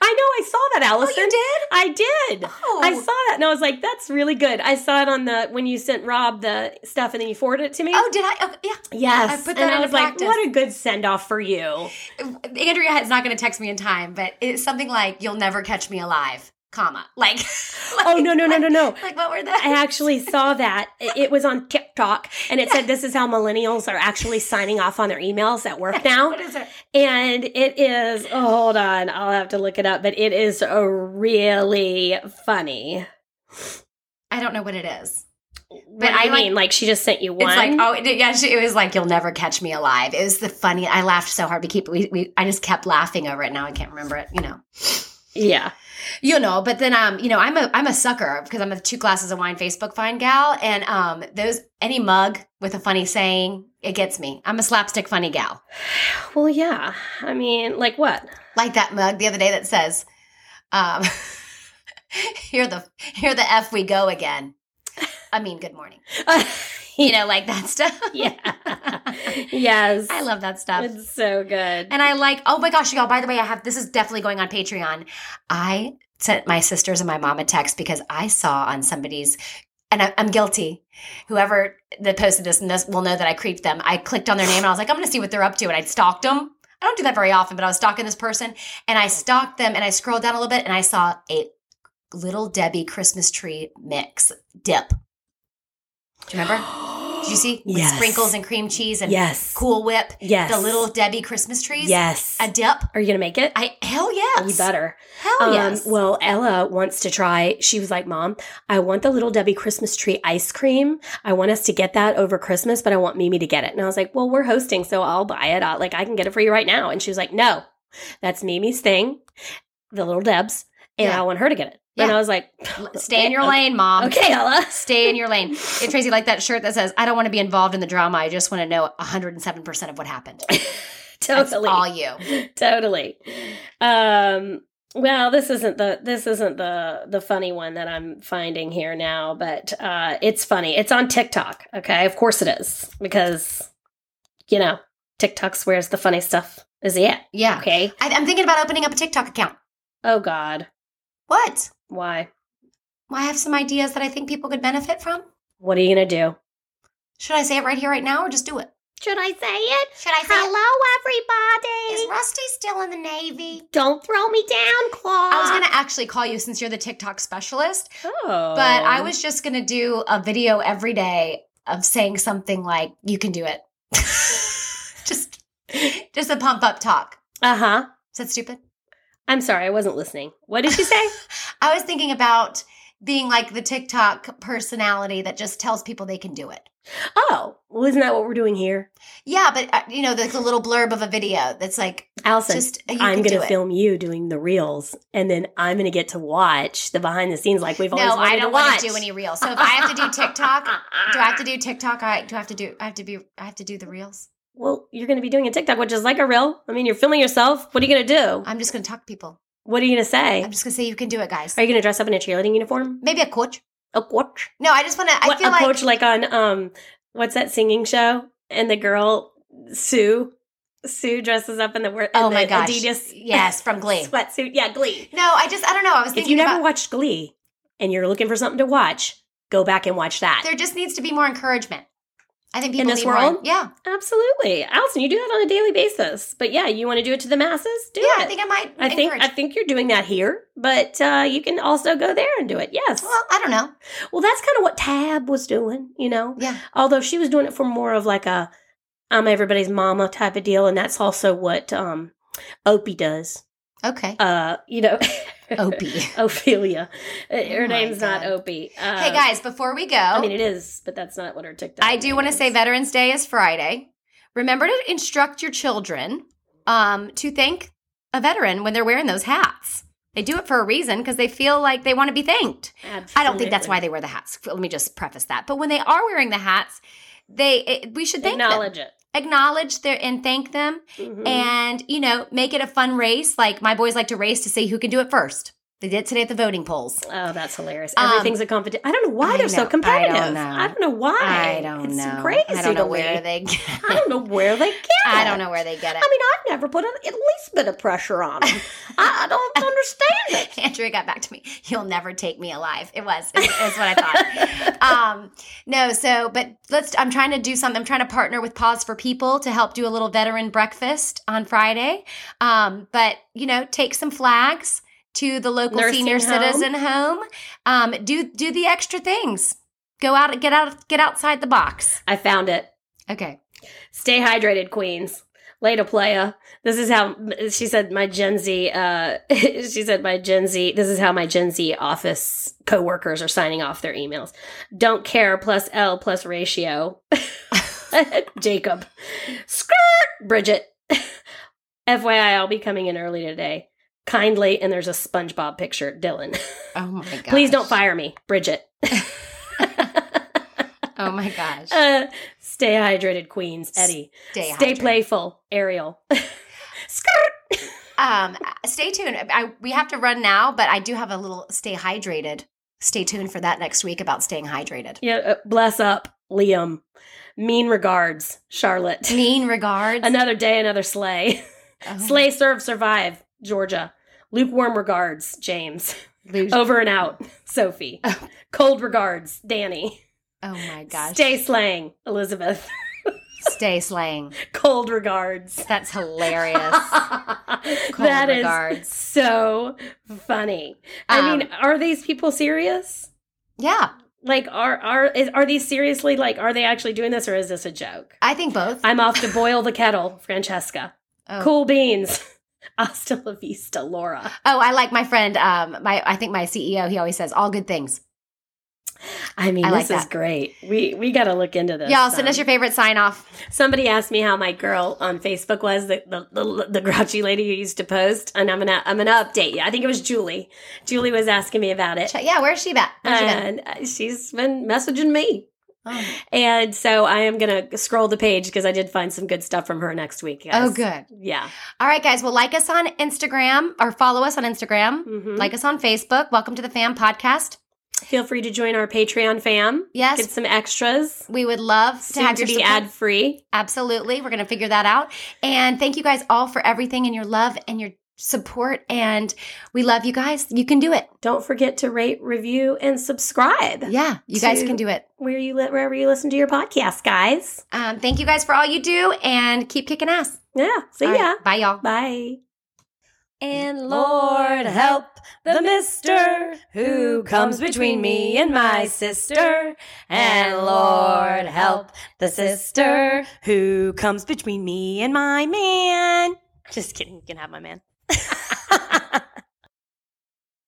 [SPEAKER 3] I know I saw that, Allison.
[SPEAKER 2] Oh, did?
[SPEAKER 3] I did.
[SPEAKER 2] Oh.
[SPEAKER 3] I saw that and I was like, that's really good. I saw it on the when you sent Rob the stuff and then you forwarded it to me.
[SPEAKER 2] Oh, did I? Oh, yeah.
[SPEAKER 3] yes.
[SPEAKER 2] I put that
[SPEAKER 3] and I
[SPEAKER 2] into
[SPEAKER 3] was like,
[SPEAKER 2] practice.
[SPEAKER 3] what a good send off for you.
[SPEAKER 2] Andrea is not going to text me in time, but it's something like "You'll never catch me alive," comma. Like.
[SPEAKER 3] Oh no, no, no, no, no.
[SPEAKER 2] Like what were the?
[SPEAKER 3] I actually saw that. It it was on TikTok and it said this is how millennials are actually signing off on their emails at work now.
[SPEAKER 2] What is it?
[SPEAKER 3] And it is, oh, hold on, I'll have to look it up, but it is uh, really funny.
[SPEAKER 2] I don't know what it is.
[SPEAKER 3] But I
[SPEAKER 2] you like-
[SPEAKER 3] mean, like, she just sent you one.
[SPEAKER 2] It's like, oh, it, yeah, she, it was like, you'll never catch me alive. It was the funny. I laughed so hard. We keep, we, we, I just kept laughing over it. Now I can't remember it, you know.
[SPEAKER 3] yeah.
[SPEAKER 2] You know, but then, um, you know, I'm a, I'm a sucker because I'm a two glasses of wine Facebook fine gal. And, um, those, any mug with a funny saying, it gets me. I'm a slapstick funny gal.
[SPEAKER 3] Well, yeah. I mean, like what?
[SPEAKER 2] Like that mug the other day that says, um, here the, here the F we go again. I mean, good morning. You know, like that stuff.
[SPEAKER 3] yeah. yes.
[SPEAKER 2] I love that stuff.
[SPEAKER 3] It's so good.
[SPEAKER 2] And I like, oh my gosh, y'all, by the way, I have this is definitely going on Patreon. I sent my sisters and my mom a text because I saw on somebody's and I, I'm guilty. Whoever that posted this and this will know that I creeped them. I clicked on their name and I was like, I'm going to see what they're up to, and I stalked them. I don't do that very often, but I was stalking this person and I stalked them and I scrolled down a little bit and I saw a little Debbie Christmas tree mix dip. Do you remember? Did you see With
[SPEAKER 3] Yes.
[SPEAKER 2] sprinkles and cream cheese and
[SPEAKER 3] Yes.
[SPEAKER 2] Cool Whip?
[SPEAKER 3] Yes.
[SPEAKER 2] The little Debbie Christmas trees.
[SPEAKER 3] Yes.
[SPEAKER 2] a dip.
[SPEAKER 3] Are you gonna make it?
[SPEAKER 2] I hell yes.
[SPEAKER 3] You better.
[SPEAKER 2] Hell yes.
[SPEAKER 3] Um, well, Ella wants to try. She was like, Mom, I want the Little Debbie Christmas tree ice cream. I want us to get that over Christmas, but I want Mimi to get it. And I was like, Well, we're hosting, so I'll buy it. I, like, I can get it for you right now. And she was like, No, that's Mimi's thing, the Little Debs, and
[SPEAKER 2] Yeah.
[SPEAKER 3] I want her to get it. And
[SPEAKER 2] Yeah.
[SPEAKER 3] I was like,
[SPEAKER 2] Stay in your lane, mom.
[SPEAKER 3] Okay, Ella.
[SPEAKER 2] Stay in your lane. If Tracy like that shirt that says, I don't want to be involved in the drama. I just want to know 107% of what happened. That's
[SPEAKER 3] totally.
[SPEAKER 2] all you.
[SPEAKER 3] totally. Um, well, this isn't the this isn't the the funny one that I'm finding here now, but uh, it's funny. It's on TikTok. Okay, of course it is because you know TikTok's where's the funny stuff is yet.
[SPEAKER 2] Yeah.
[SPEAKER 3] Okay.
[SPEAKER 2] I, I'm thinking about opening up a TikTok account.
[SPEAKER 3] Oh God,
[SPEAKER 2] What?
[SPEAKER 3] why?
[SPEAKER 2] Well, I have some ideas that I think people could benefit from.
[SPEAKER 3] What are you gonna do?
[SPEAKER 2] Should I say it right here, right now, or just do it?
[SPEAKER 3] Should I say it?
[SPEAKER 2] Should I say it?
[SPEAKER 3] Hello,
[SPEAKER 2] Is Rusty still in the Navy?
[SPEAKER 3] Don't throw me down, Claw.
[SPEAKER 2] I was going to actually call you since you're the TikTok specialist.
[SPEAKER 3] Oh,
[SPEAKER 2] But I was just going to do a video every day of saying something like, you can do it. just just a pump up talk.
[SPEAKER 3] Uh huh.
[SPEAKER 2] Is that stupid?
[SPEAKER 3] I'm sorry, I wasn't listening. What did you say?
[SPEAKER 2] I was thinking about being like the TikTok personality that just tells people they can do it.
[SPEAKER 3] oh, well, isn't that what we're doing here,
[SPEAKER 2] Yeah, but uh, you know, there's a little blurb of a video that's like,
[SPEAKER 3] Allison?
[SPEAKER 2] just you can
[SPEAKER 3] I'm going
[SPEAKER 2] do
[SPEAKER 3] to
[SPEAKER 2] it.
[SPEAKER 3] film you doing the reels, and then I'm going to get to watch the behind the scenes like we've always
[SPEAKER 2] No,
[SPEAKER 3] wanted
[SPEAKER 2] I don't
[SPEAKER 3] to watch.
[SPEAKER 2] want to do any reels. So if I have to do TikTok, do I have to do TikTok? I do I have to do I have to be I have to do the reels.
[SPEAKER 3] Well, you're going to be doing a TikTok, which is like a reel. I mean, you're filming yourself. What are you going to do?
[SPEAKER 2] I'm just going to talk to people.
[SPEAKER 3] What are you going to say?
[SPEAKER 2] I'm just going to say you can do it, guys.
[SPEAKER 3] Are you going to dress up in a cheerleading uniform?
[SPEAKER 2] Maybe a coach.
[SPEAKER 3] A coach?
[SPEAKER 2] No, I just want to I
[SPEAKER 3] What,
[SPEAKER 2] feel
[SPEAKER 3] a
[SPEAKER 2] like
[SPEAKER 3] coach like on um, what's that singing show? And the girl Sue, Sue dresses up in the wor- in
[SPEAKER 2] Oh my
[SPEAKER 3] the
[SPEAKER 2] gosh.
[SPEAKER 3] Adidas
[SPEAKER 2] Yes, from Glee.
[SPEAKER 3] sweatsuit. Yeah, Glee.
[SPEAKER 2] No, I just I don't know. I was
[SPEAKER 3] If
[SPEAKER 2] thinking
[SPEAKER 3] you never
[SPEAKER 2] about
[SPEAKER 3] watched Glee and you're looking for something to watch, go back and watch that.
[SPEAKER 2] there just needs to be more encouragement. I think people
[SPEAKER 3] this
[SPEAKER 2] need more.
[SPEAKER 3] world?
[SPEAKER 2] Yeah,
[SPEAKER 3] Absolutely, Allison. You do that on a daily basis, but yeah, you want to do it to the masses. Do
[SPEAKER 2] yeah.
[SPEAKER 3] it.
[SPEAKER 2] I think I might.
[SPEAKER 3] I think
[SPEAKER 2] encourage.
[SPEAKER 3] I think you're doing that here, but uh, you can also go there and do it. Yes.
[SPEAKER 2] well, I don't know.
[SPEAKER 3] Well, that's kind of what Tab was doing, you know.
[SPEAKER 2] Yeah,
[SPEAKER 3] Although she was doing it for more of like a I'm everybody's mama type of deal, and that's also what um, Opie does.
[SPEAKER 2] okay.
[SPEAKER 3] Uh, you know,
[SPEAKER 2] Opie.
[SPEAKER 3] Ophelia. Uh, Her
[SPEAKER 2] Oh my
[SPEAKER 3] name's not
[SPEAKER 2] God.
[SPEAKER 3] Opie. Uh,
[SPEAKER 2] hey guys, before we go,
[SPEAKER 3] I
[SPEAKER 2] I,
[SPEAKER 3] mean, it is, but that's not what her TikTok.
[SPEAKER 2] Oh. do
[SPEAKER 3] name
[SPEAKER 2] want to
[SPEAKER 3] is.
[SPEAKER 2] say Veterans Day is Friday. Remember to instruct your children um, to thank a veteran when they're wearing those hats. They do it for a reason because they feel like they want to be thanked. I don't think that's
[SPEAKER 3] Absolutely.
[SPEAKER 2] why they wear the hats. Let me just preface that. But when they are wearing the hats, they it, we should thank them. Mm-hmm.
[SPEAKER 3] acknowledge
[SPEAKER 2] acknowledge their and thank them
[SPEAKER 3] it. Mhm.
[SPEAKER 2] and you know make it a fun race like my boys like to race to see who can do it first they did today at the voting polls
[SPEAKER 3] Oh, that's hilarious.
[SPEAKER 2] Um,
[SPEAKER 3] Everything's a competition. I don't know why
[SPEAKER 2] I
[SPEAKER 3] they're
[SPEAKER 2] know.
[SPEAKER 3] so
[SPEAKER 2] I don't
[SPEAKER 3] competitive. I don't
[SPEAKER 2] know.
[SPEAKER 3] know, why.
[SPEAKER 2] i don't
[SPEAKER 3] it's
[SPEAKER 2] know
[SPEAKER 3] crazy
[SPEAKER 2] i don't know
[SPEAKER 3] to
[SPEAKER 2] where
[SPEAKER 3] me.
[SPEAKER 2] they get it.
[SPEAKER 3] I don't know where they get
[SPEAKER 2] i
[SPEAKER 3] it.
[SPEAKER 2] don't know where they get it
[SPEAKER 3] I mean, I've never put a, at least bit of pressure on them. I, I don't understand it.
[SPEAKER 2] Andrea got back to me. You'll never take me alive. It was, it was what I thought. um, no, so, but let's, I'm trying to do something. I'm trying to partner with Pause for People to help do a little veteran breakfast on Friday. Um, but, you know, take some flags to the local
[SPEAKER 3] Nursing
[SPEAKER 2] senior
[SPEAKER 3] home.
[SPEAKER 2] citizen home. Um, do, do the extra things. Go out, get out, get outside the box.
[SPEAKER 3] I found it.
[SPEAKER 2] Okay.
[SPEAKER 3] Stay hydrated, queens. Later, playa. This is how she said my Gen Z. Uh, she said my Gen Z. This is how my Gen Z office coworkers are signing off their emails. Don't care plus L plus ratio. Jacob, skirt. Bridget. FYI, I'll be coming in early today. Kindly, and there's a SpongeBob picture. Dylan,
[SPEAKER 2] Oh my God.
[SPEAKER 3] please don't fire me, Bridget.
[SPEAKER 2] Oh my gosh.
[SPEAKER 3] uh, stay hydrated, queens. Eddie.
[SPEAKER 2] Stay,
[SPEAKER 3] Stay
[SPEAKER 2] hydrated.
[SPEAKER 3] playful, Ariel. Skirt.
[SPEAKER 2] um stay tuned I, we have to run now but i do have a little stay hydrated stay tuned for that next week about staying hydrated
[SPEAKER 3] Yeah, uh, bless up, Liam. Mean regards, Charlotte.
[SPEAKER 2] mean regards
[SPEAKER 3] Another day, another sleigh.
[SPEAKER 2] Oh.
[SPEAKER 3] Sleigh, serve, survive, Georgia. Lukewarm regards, James.
[SPEAKER 2] Luge- oh.
[SPEAKER 3] Over and out, Sophie. Cold regards, Danny.
[SPEAKER 2] oh my Oh. gosh. Stay,
[SPEAKER 3] Stay slang, Elizabeth.
[SPEAKER 2] slaying.
[SPEAKER 3] Cold regards.
[SPEAKER 2] That's hilarious.
[SPEAKER 3] that is
[SPEAKER 2] regards. Um,
[SPEAKER 3] so funny. I mean, are these people serious?
[SPEAKER 2] yeah,
[SPEAKER 3] Like, are are is, are these seriously like? Are they actually doing this, or is this a joke?
[SPEAKER 2] I think both.
[SPEAKER 3] I'm off to boil the kettle, Francesca.
[SPEAKER 2] Oh.
[SPEAKER 3] Cool beans. Hasta la vista, Laura.
[SPEAKER 2] Oh, I like my friend. Um, my I think my CEO. He always says all good things.
[SPEAKER 3] I mean,
[SPEAKER 2] I like
[SPEAKER 3] this is
[SPEAKER 2] that.
[SPEAKER 3] great. We we got to look into this.
[SPEAKER 2] Y'all send
[SPEAKER 3] um,
[SPEAKER 2] us your favorite sign off.
[SPEAKER 3] Somebody asked me how my girl on Facebook was the the, the the grouchy lady who used to post, and I'm gonna I'm gonna update you. I think it was Julie. Julie was asking me about it,
[SPEAKER 2] Ch- Yeah, where's she at? Where's she been?
[SPEAKER 3] and eh, uh, she's been messaging me.
[SPEAKER 2] Oh,
[SPEAKER 3] And so I am gonna scroll the page because I did find some good stuff from her next week. guys.
[SPEAKER 2] oh, good.
[SPEAKER 3] Yeah.
[SPEAKER 2] All right, guys. Well, like us on Instagram or follow us on Instagram.
[SPEAKER 3] Mhm.
[SPEAKER 2] Like us on Facebook. Welcome to the Fam Podcast.
[SPEAKER 3] feel free to join our Patreon fam.
[SPEAKER 2] Yes.
[SPEAKER 3] Get some extras.
[SPEAKER 2] We would love to
[SPEAKER 3] Soon
[SPEAKER 2] have
[SPEAKER 3] to
[SPEAKER 2] your
[SPEAKER 3] be
[SPEAKER 2] support.
[SPEAKER 3] ad free.
[SPEAKER 2] Absolutely. We're going to figure that out. And thank you guys all for everything and your love and your support. And we love you guys. You can do it.
[SPEAKER 3] Don't forget to rate, review, and subscribe
[SPEAKER 2] Yeah, you guys
[SPEAKER 3] To-
[SPEAKER 2] can do it.
[SPEAKER 3] where you li- wherever you listen to your podcast, guys.
[SPEAKER 2] Um, thank you guys for all you do and keep kicking ass.
[SPEAKER 3] Yeah. See
[SPEAKER 2] All
[SPEAKER 3] ya.
[SPEAKER 2] right, bye, y'all.
[SPEAKER 3] Bye.
[SPEAKER 1] And Lord help the mister who comes between me and my sister. And Lord help the sister
[SPEAKER 3] who comes between me and my man. Just kidding. You can have my man.